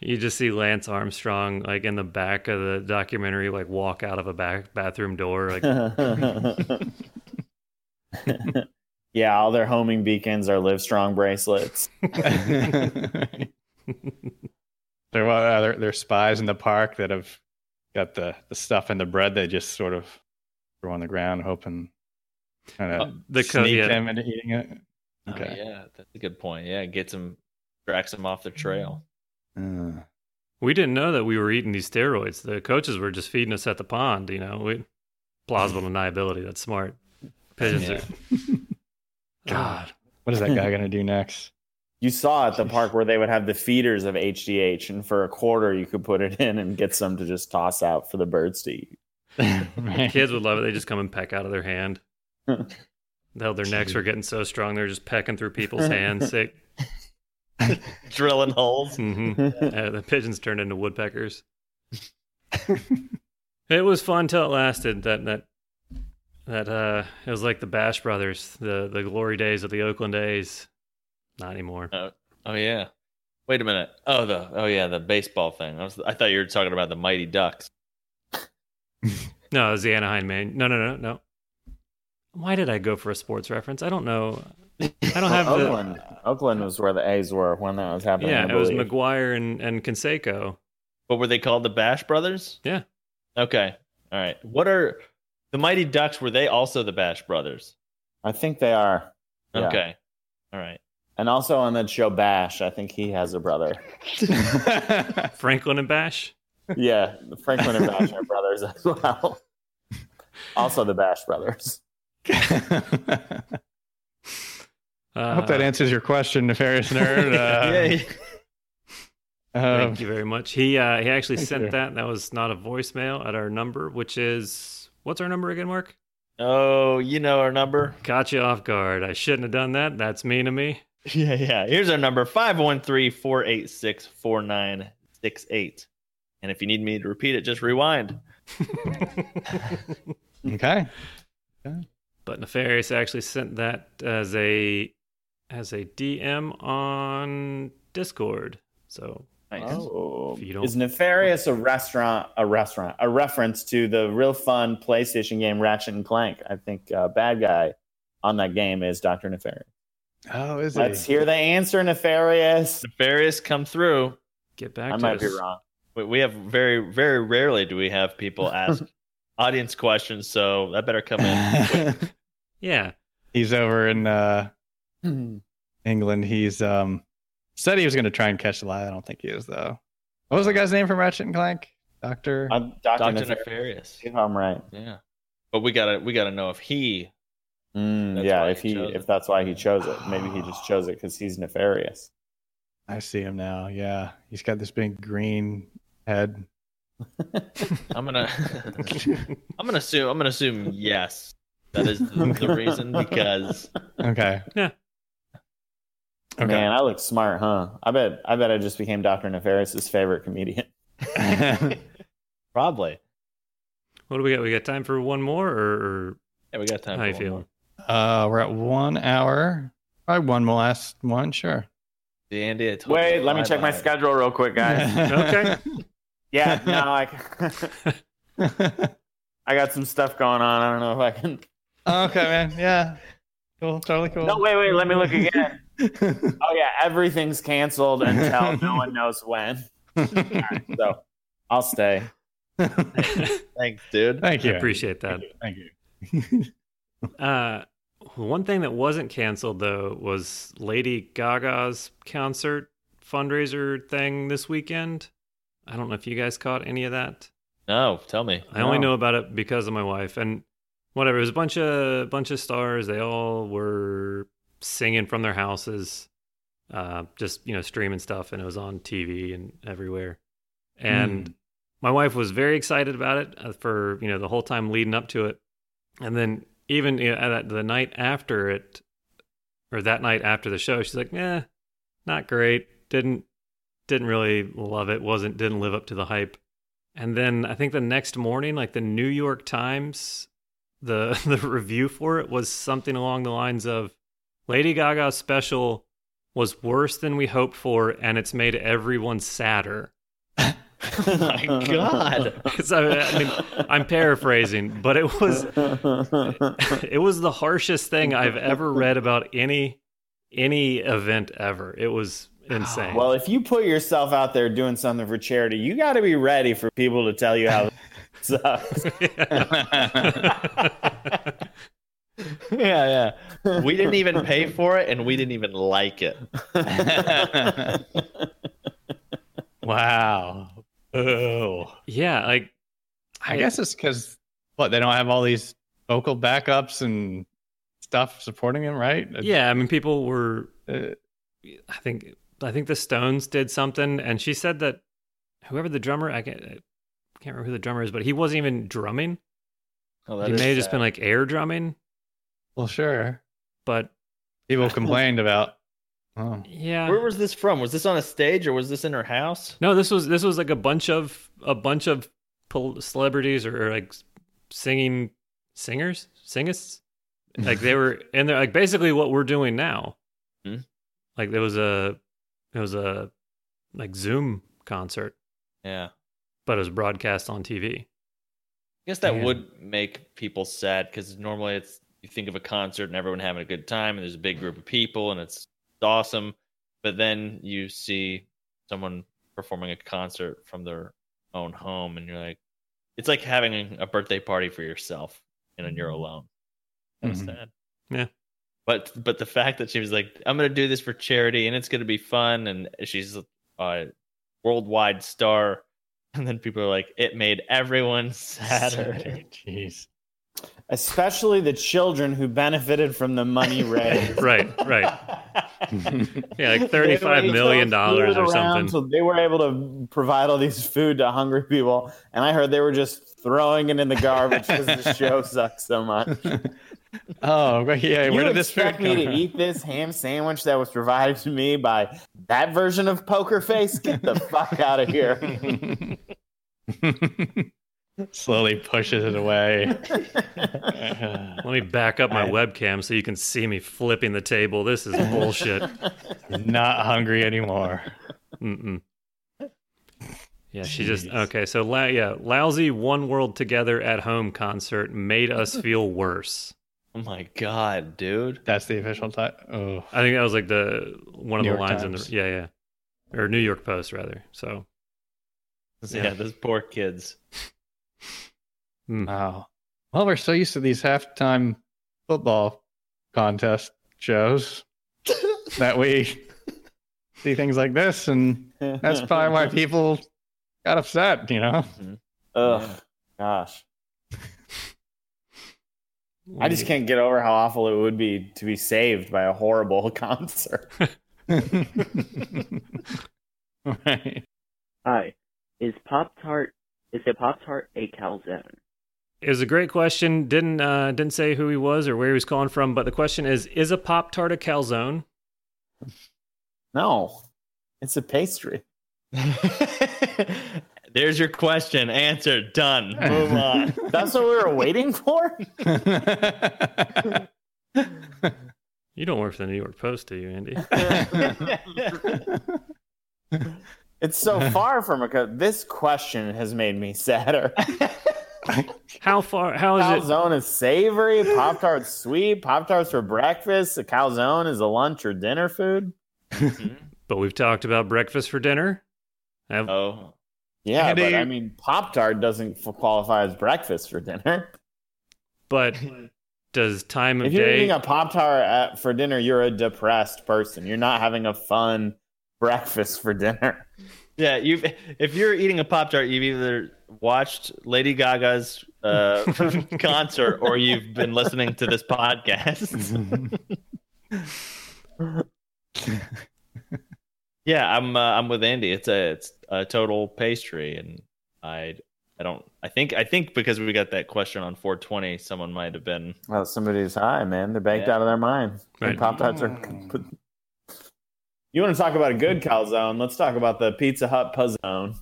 [SPEAKER 1] You just see Lance Armstrong like in the back of the documentary, like walk out of a back bathroom door, like
[SPEAKER 3] yeah, all their homing beacons are Livestrong bracelets.
[SPEAKER 2] they're, what, uh, they're they're spies in the park that have got the, the stuff in the bread they just sort of throw on the ground, hoping kind of
[SPEAKER 1] the
[SPEAKER 2] sneak
[SPEAKER 1] caveat.
[SPEAKER 2] them into eating it.
[SPEAKER 4] Oh,
[SPEAKER 2] Okay.
[SPEAKER 4] yeah, that's a good point. Yeah, gets them, tracks them off the trail.
[SPEAKER 2] Uh,
[SPEAKER 1] We didn't know that we were eating these steroids. The coaches were just feeding us at the pond. You know, we plausible deniability. That's smart. Pigeons
[SPEAKER 4] Yeah.
[SPEAKER 1] are God.
[SPEAKER 2] what is that guy gonna do next?
[SPEAKER 3] You saw at the park where they would have the feeders of HDH, and for a quarter, you could put it in and get some to just toss out for the birds to eat.
[SPEAKER 2] Right.
[SPEAKER 1] Kids would love it. They just come and peck out of their hand. Hell, their necks were getting so strong they're just pecking through people's hands. Sick.
[SPEAKER 4] Drilling holes.
[SPEAKER 1] hmm Uh, the pigeons turned into woodpeckers. it was fun till it lasted. That that that uh, it was like the Bash Brothers, the the glory days of the Oakland A's. Not anymore.
[SPEAKER 4] Oh yeah. Wait a minute. Oh the oh yeah the baseball thing. I was I thought you were talking about the Mighty Ducks.
[SPEAKER 1] No, it was the Anaheim Man. No, no, no, no. Why did I go for a sports reference? I don't know. I don't have the.
[SPEAKER 3] Oh, Oakland, Oakland was where the A's were when that was happening.
[SPEAKER 1] Yeah,
[SPEAKER 3] I
[SPEAKER 1] it was
[SPEAKER 3] believe.
[SPEAKER 1] McGuire and and Conseco.
[SPEAKER 4] What were they called? The Bash Brothers. Okay. All right. What are the Mighty Ducks? Were they also the Bash Brothers?
[SPEAKER 3] I think they are. Yeah.
[SPEAKER 4] Okay. All right.
[SPEAKER 3] And also on that show Bash, I think he has a brother.
[SPEAKER 1] Franklin and Bash.
[SPEAKER 3] yeah, Franklin and Bash are brothers as well. Also the Bash brothers.
[SPEAKER 1] Uh,
[SPEAKER 2] I hope that answers your question, nefarious nerd. Uh, um,
[SPEAKER 1] Thank you very much. He uh, he actually
[SPEAKER 2] Thank
[SPEAKER 1] sent
[SPEAKER 2] you.
[SPEAKER 1] that. That was not a voicemail at our number, which is what's our number again, Mark?
[SPEAKER 4] Oh, you know our number.
[SPEAKER 1] Caught you off guard. I shouldn't have done that. That's mean to me.
[SPEAKER 4] Yeah, yeah. Here's our number 513 486 4968. And if you need me to repeat it, just rewind.
[SPEAKER 2] okay.
[SPEAKER 1] But Nefarious actually sent that as a as a DM on Discord. So
[SPEAKER 4] Nice.
[SPEAKER 3] Oh.
[SPEAKER 1] If you don't-
[SPEAKER 3] Is Nefarious a restaurant? A restaurant? A reference to the real fun PlayStation game Ratchet and Clank? I think uh, bad guy on that game is Doctor Nefarious.
[SPEAKER 2] Oh, is
[SPEAKER 3] Let's
[SPEAKER 2] it?
[SPEAKER 3] hear the answer, Nefarious.
[SPEAKER 4] Nefarious, come through.
[SPEAKER 1] get back
[SPEAKER 3] I
[SPEAKER 1] to
[SPEAKER 3] might be
[SPEAKER 1] us.
[SPEAKER 3] wrong.
[SPEAKER 4] We, we have very, very rarely do we have people ask audience questions. So that better come in.
[SPEAKER 1] Yeah.
[SPEAKER 2] He's over in uh, England. He's um, said he was going to try and catch the lie. I don't think he is though. What was the guy's name from Ratchet and Clank? Doctor.
[SPEAKER 3] I'm Doctor
[SPEAKER 4] Dr.
[SPEAKER 3] Nefarious.
[SPEAKER 4] Nefarious.
[SPEAKER 3] If I'm right.
[SPEAKER 4] Yeah. But we gotta we gotta know if he
[SPEAKER 3] Mm,
[SPEAKER 4] That's
[SPEAKER 3] yeah,
[SPEAKER 4] why
[SPEAKER 3] if
[SPEAKER 4] he
[SPEAKER 3] he,
[SPEAKER 4] chose
[SPEAKER 3] if
[SPEAKER 4] it.
[SPEAKER 3] that's why he chose it, maybe he just chose it because he's nefarious.
[SPEAKER 2] I see him now. Yeah, he's got this big green head.
[SPEAKER 4] I'm gonna I'm gonna assume I'm gonna assume yes. That is the, the reason because
[SPEAKER 2] Okay.
[SPEAKER 1] Yeah.
[SPEAKER 2] Okay.
[SPEAKER 3] Man, I look smart, huh? I bet I bet I just became Doctor Nefarious's favorite comedian.
[SPEAKER 4] probably.
[SPEAKER 1] What do we got? We got time for one more, or, or
[SPEAKER 4] Yeah, we got time.
[SPEAKER 1] how you
[SPEAKER 4] for one more.
[SPEAKER 1] feeling?
[SPEAKER 2] uh, we're at one hour. Probably one last one. Sure.
[SPEAKER 4] See, Andy, I told
[SPEAKER 3] Wait,
[SPEAKER 4] you
[SPEAKER 3] let me
[SPEAKER 4] five
[SPEAKER 3] check my
[SPEAKER 4] hours.
[SPEAKER 3] schedule real quick, guys.
[SPEAKER 1] Okay.
[SPEAKER 3] yeah, no, I, I got some stuff going on. I don't know if I can.
[SPEAKER 2] okay, man. Yeah. Cool. Totally cool.
[SPEAKER 3] No, wait, wait, let me look again. oh yeah, everything's canceled until no one knows when. So I'll stay.
[SPEAKER 4] Thanks, dude.
[SPEAKER 2] Thank
[SPEAKER 1] I
[SPEAKER 2] you.
[SPEAKER 1] appreciate that.
[SPEAKER 2] Thank you.
[SPEAKER 1] Uh, one thing that wasn't canceled though was Lady Gaga's concert fundraiser thing this weekend. I don't know if you guys caught any of that.
[SPEAKER 4] No, tell me.
[SPEAKER 1] I only
[SPEAKER 3] No.
[SPEAKER 1] know about it because of my wife and whatever. It was a bunch of bunch of stars. They all were singing from their houses, uh, just you know streaming stuff, and it was on TV and everywhere. And my wife was very excited about it uh, for you know the whole time leading up to it, and then even you know, at the night after it, or that night after the show, she's like, "Yeah, not great. Didn't didn't really love it. wasn't didn't live up to the hype." And then I think the next morning, like the New York Times, the the review for it was something along the lines of Lady Gaga's special was worse than we hoped for, and it's made everyone sadder.
[SPEAKER 4] Oh my God.
[SPEAKER 1] 'Cause I, I mean, I'm paraphrasing, but it was it was the harshest thing I've ever read about any any event ever. It was insane.
[SPEAKER 3] Well, if you put yourself out there doing something for charity, you got to be ready for people to tell you how it sucks.
[SPEAKER 4] yeah, yeah. We didn't even pay for it, and we didn't even like it.
[SPEAKER 2] Wow. Oh.
[SPEAKER 1] yeah, like
[SPEAKER 2] I guess it's because what they don't have all these vocal backups and stuff supporting him, right?
[SPEAKER 1] yeah, I mean, people were
[SPEAKER 2] Uh,
[SPEAKER 1] I think I think the Stones did something, and she said that whoever the drummer I can't I can't remember who the drummer is, but he wasn't even drumming.
[SPEAKER 4] Oh,
[SPEAKER 1] he may have just been like air drumming,
[SPEAKER 2] well, sure.
[SPEAKER 1] but
[SPEAKER 2] People complained about. Oh.
[SPEAKER 1] yeah.
[SPEAKER 4] Where was this from? Was this on a stage, or was this in her house?
[SPEAKER 1] no, this was this was like a bunch of a bunch of pol- celebrities or, or like singing singers, singists. Like they were and they're like basically what we're doing now.
[SPEAKER 4] Hmm.
[SPEAKER 1] Like there was a it was a like Zoom concert,
[SPEAKER 4] Yeah.
[SPEAKER 1] but it was broadcast on TV.
[SPEAKER 4] I guess that
[SPEAKER 1] Yeah.
[SPEAKER 4] would make people sad because normally it's you think of a concert and everyone having a good time and there's a big group of people and it's awesome, but then you see someone performing a concert from their own home and you're like, it's like having a birthday party for yourself and then you're alone. That's
[SPEAKER 2] Mhm.
[SPEAKER 4] sad.
[SPEAKER 1] Yeah.
[SPEAKER 4] But but the fact that she was like, I'm gonna do this for charity and it's gonna be fun and she's a worldwide star, and then people are like, it made everyone sadder.
[SPEAKER 2] Jeez.
[SPEAKER 3] especially the children who benefited from the money raised.
[SPEAKER 1] Right, right. Yeah, like
[SPEAKER 3] They were
[SPEAKER 1] thirty-five
[SPEAKER 3] able to
[SPEAKER 1] million dollars
[SPEAKER 3] fool
[SPEAKER 1] or
[SPEAKER 3] around,
[SPEAKER 1] something.
[SPEAKER 3] So they were able to provide all these food to hungry people, and I heard they were just throwing it in the garbage because the show sucks so much.
[SPEAKER 2] Oh, right, yeah. Where
[SPEAKER 3] you
[SPEAKER 2] did this food
[SPEAKER 3] expect
[SPEAKER 2] come
[SPEAKER 3] me to
[SPEAKER 2] from?
[SPEAKER 3] eat this ham sandwich that was provided to me by that version of Poker Face? Get the fuck out of here!
[SPEAKER 2] Slowly pushes it away.
[SPEAKER 1] Let me back up my
[SPEAKER 2] I-
[SPEAKER 1] webcam so you can see me flipping the table. This is bullshit.
[SPEAKER 2] Not hungry anymore.
[SPEAKER 1] Mm-mm. Yeah, she just
[SPEAKER 2] Jeez.
[SPEAKER 1] okay. So la- yeah, lousy one world together at home concert made us feel worse.
[SPEAKER 4] oh my god, dude.
[SPEAKER 2] That's the official title. Oh,
[SPEAKER 1] I think that was like the one of
[SPEAKER 2] New
[SPEAKER 1] the
[SPEAKER 2] York
[SPEAKER 1] lines
[SPEAKER 2] Times.
[SPEAKER 1] in the yeah yeah or New York Post rather. So
[SPEAKER 4] Yeah,
[SPEAKER 1] Yeah.
[SPEAKER 4] those poor kids.
[SPEAKER 1] mm.
[SPEAKER 2] wow. Well, we're so used to these halftime football contest shows that we see things like this, and that's probably why people got upset. You know,
[SPEAKER 3] Ugh, gosh. I just can't get over how awful it would be to be saved by a horrible concert.
[SPEAKER 2] right?
[SPEAKER 7] Hi. Is Pop Tart is a Pop Tart a calzone?
[SPEAKER 1] It was a great question. Didn't uh, didn't say who he was or where he was calling from, but the question is: Is a pop tart a calzone?
[SPEAKER 3] No, it's a pastry.
[SPEAKER 4] There's your question answered. Done. Move on.
[SPEAKER 3] That's what we were waiting for.
[SPEAKER 1] You don't work for the New York Post, do you, Andy?
[SPEAKER 3] It's so far from a. Co- this question has made me sadder.
[SPEAKER 1] How far? How is it?
[SPEAKER 3] Calzone is savory. Pop tarts sweet. Pop tarts for breakfast. A calzone is a lunch or dinner food.
[SPEAKER 1] But we've talked about breakfast for dinner. Have-
[SPEAKER 4] oh.
[SPEAKER 3] Yeah,
[SPEAKER 2] Andy-
[SPEAKER 3] but I mean, Pop Tart doesn't f- qualify as breakfast for dinner.
[SPEAKER 1] But does time of
[SPEAKER 3] If you're
[SPEAKER 1] day?
[SPEAKER 3] eating a Pop Tart at- for dinner, you're a depressed person. You're not having a fun breakfast for dinner.
[SPEAKER 4] Yeah, you've if you're eating a pop tart, you've either watched Lady Gaga's uh, concert or you've been listening to this podcast. yeah, I'm uh, I'm with Andy. It's a it's a total pastry, and I I don't I think I think because we got that question on 420, someone might have been
[SPEAKER 3] Well, somebody's high, man. They're baked
[SPEAKER 4] Yeah.
[SPEAKER 3] out of their mind.
[SPEAKER 1] Right.
[SPEAKER 3] Pop Tarts are. You want to talk about a good calzone? Let's talk about the Pizza Hut puzzone.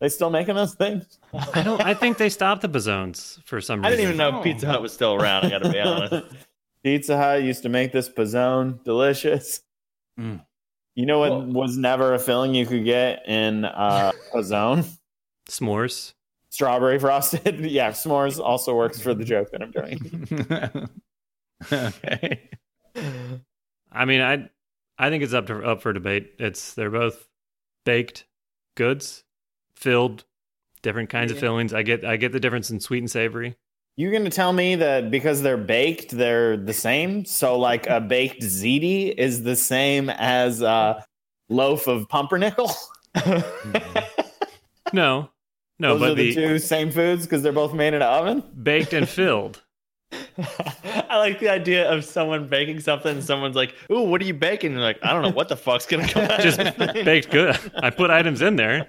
[SPEAKER 3] They still making those things?
[SPEAKER 1] I don't. I think they stopped the bazones for some
[SPEAKER 4] I
[SPEAKER 1] reason.
[SPEAKER 4] didn't even know Pizza Hut was still around. I got to be honest.
[SPEAKER 3] Pizza Hut used to make this pizzone delicious.
[SPEAKER 2] Mm.
[SPEAKER 3] You know what
[SPEAKER 2] Well-
[SPEAKER 3] was never a filling you could get in uh, pizzone?
[SPEAKER 1] s'mores.
[SPEAKER 3] Strawberry frosted. yeah, s'mores also works for the joke that I'm doing.
[SPEAKER 2] okay.
[SPEAKER 1] I mean, I I think it's up to up for debate. It's they're both baked goods, filled, different kinds of fillings. I get I get the difference in sweet and savory.
[SPEAKER 3] You're gonna tell me that because they're baked, they're the same. So like a baked ziti is the same as a loaf of pumpernickel.
[SPEAKER 1] No, no,
[SPEAKER 3] Those
[SPEAKER 1] but
[SPEAKER 3] are the, two same foods because they're both made in an oven.
[SPEAKER 1] baked and filled.
[SPEAKER 4] I like the idea of someone baking something and someone's like, Ooh, what are you baking? And they're like, I don't know what the fuck's gonna come out.
[SPEAKER 1] Just
[SPEAKER 4] of this thing."
[SPEAKER 1] baked good. I put items in there.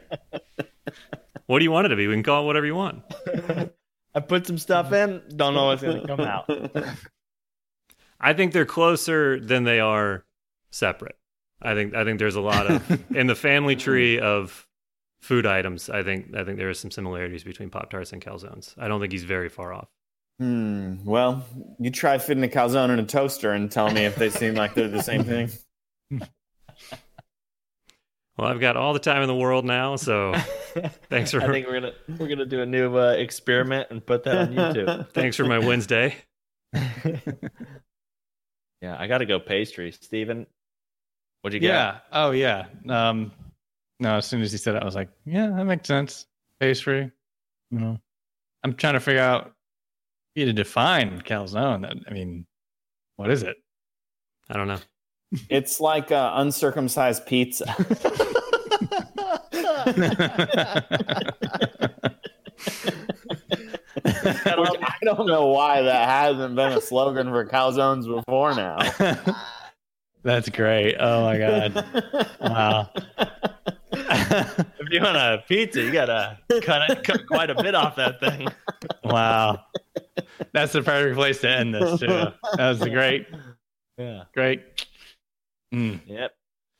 [SPEAKER 1] What do you want it to be? We can call it whatever you want.
[SPEAKER 4] I put some stuff in, don't know what's gonna come out.
[SPEAKER 1] I think they're closer than they are separate. I think I think there's a lot of in the family tree of food items. I think I think there is some similarities between Pop Tarts and calzones. I don't think he's very far off.
[SPEAKER 3] Hmm. Well, you try fitting a calzone in a toaster and tell me if they seem like they're the same thing.
[SPEAKER 1] Well, I've got all the time in the world now, so thanks for
[SPEAKER 4] I think we're gonna we're gonna do a new uh, experiment and put that on YouTube.
[SPEAKER 1] thanks for my Wednesday.
[SPEAKER 4] yeah, I gotta go pastry. Steven, what'd you get?
[SPEAKER 2] Yeah. Oh, yeah. Um, no, as soon as he said it, I was like, yeah, that makes sense. Pastry, you know, I'm trying to figure out you to define calzone. That- I mean, what is it?
[SPEAKER 1] I don't know.
[SPEAKER 3] It's like uh, uncircumcised pizza. Which I don't know why that hasn't been a slogan for calzones before now.
[SPEAKER 2] That's great. Oh my god. Wow.
[SPEAKER 4] If you want a pizza, you gotta cut, it, cut quite a bit off that thing.
[SPEAKER 2] Wow. That's the perfect place to end this too. That was a great,
[SPEAKER 4] Yeah.
[SPEAKER 2] great mm,
[SPEAKER 4] Yep.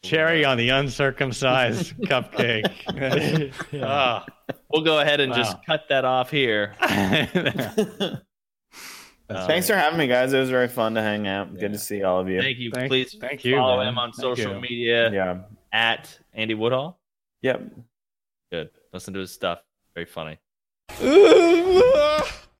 [SPEAKER 2] cherry on the uncircumcised cupcake. Oh,
[SPEAKER 4] Ah, we'll go ahead and just
[SPEAKER 2] Wow.
[SPEAKER 4] cut that off here.
[SPEAKER 3] Thanks for having me, guys. It was very fun to hang out. Good to see all of you.
[SPEAKER 4] Thank you.
[SPEAKER 2] Thank-
[SPEAKER 4] Please
[SPEAKER 2] thank you,
[SPEAKER 4] follow
[SPEAKER 2] man.
[SPEAKER 4] him on
[SPEAKER 2] Thank
[SPEAKER 4] social
[SPEAKER 2] you.
[SPEAKER 4] media
[SPEAKER 3] Yeah.
[SPEAKER 4] at Andy Woodhall.
[SPEAKER 3] Yep.
[SPEAKER 4] Good. Listen to his stuff. Very funny.
[SPEAKER 2] Thanks.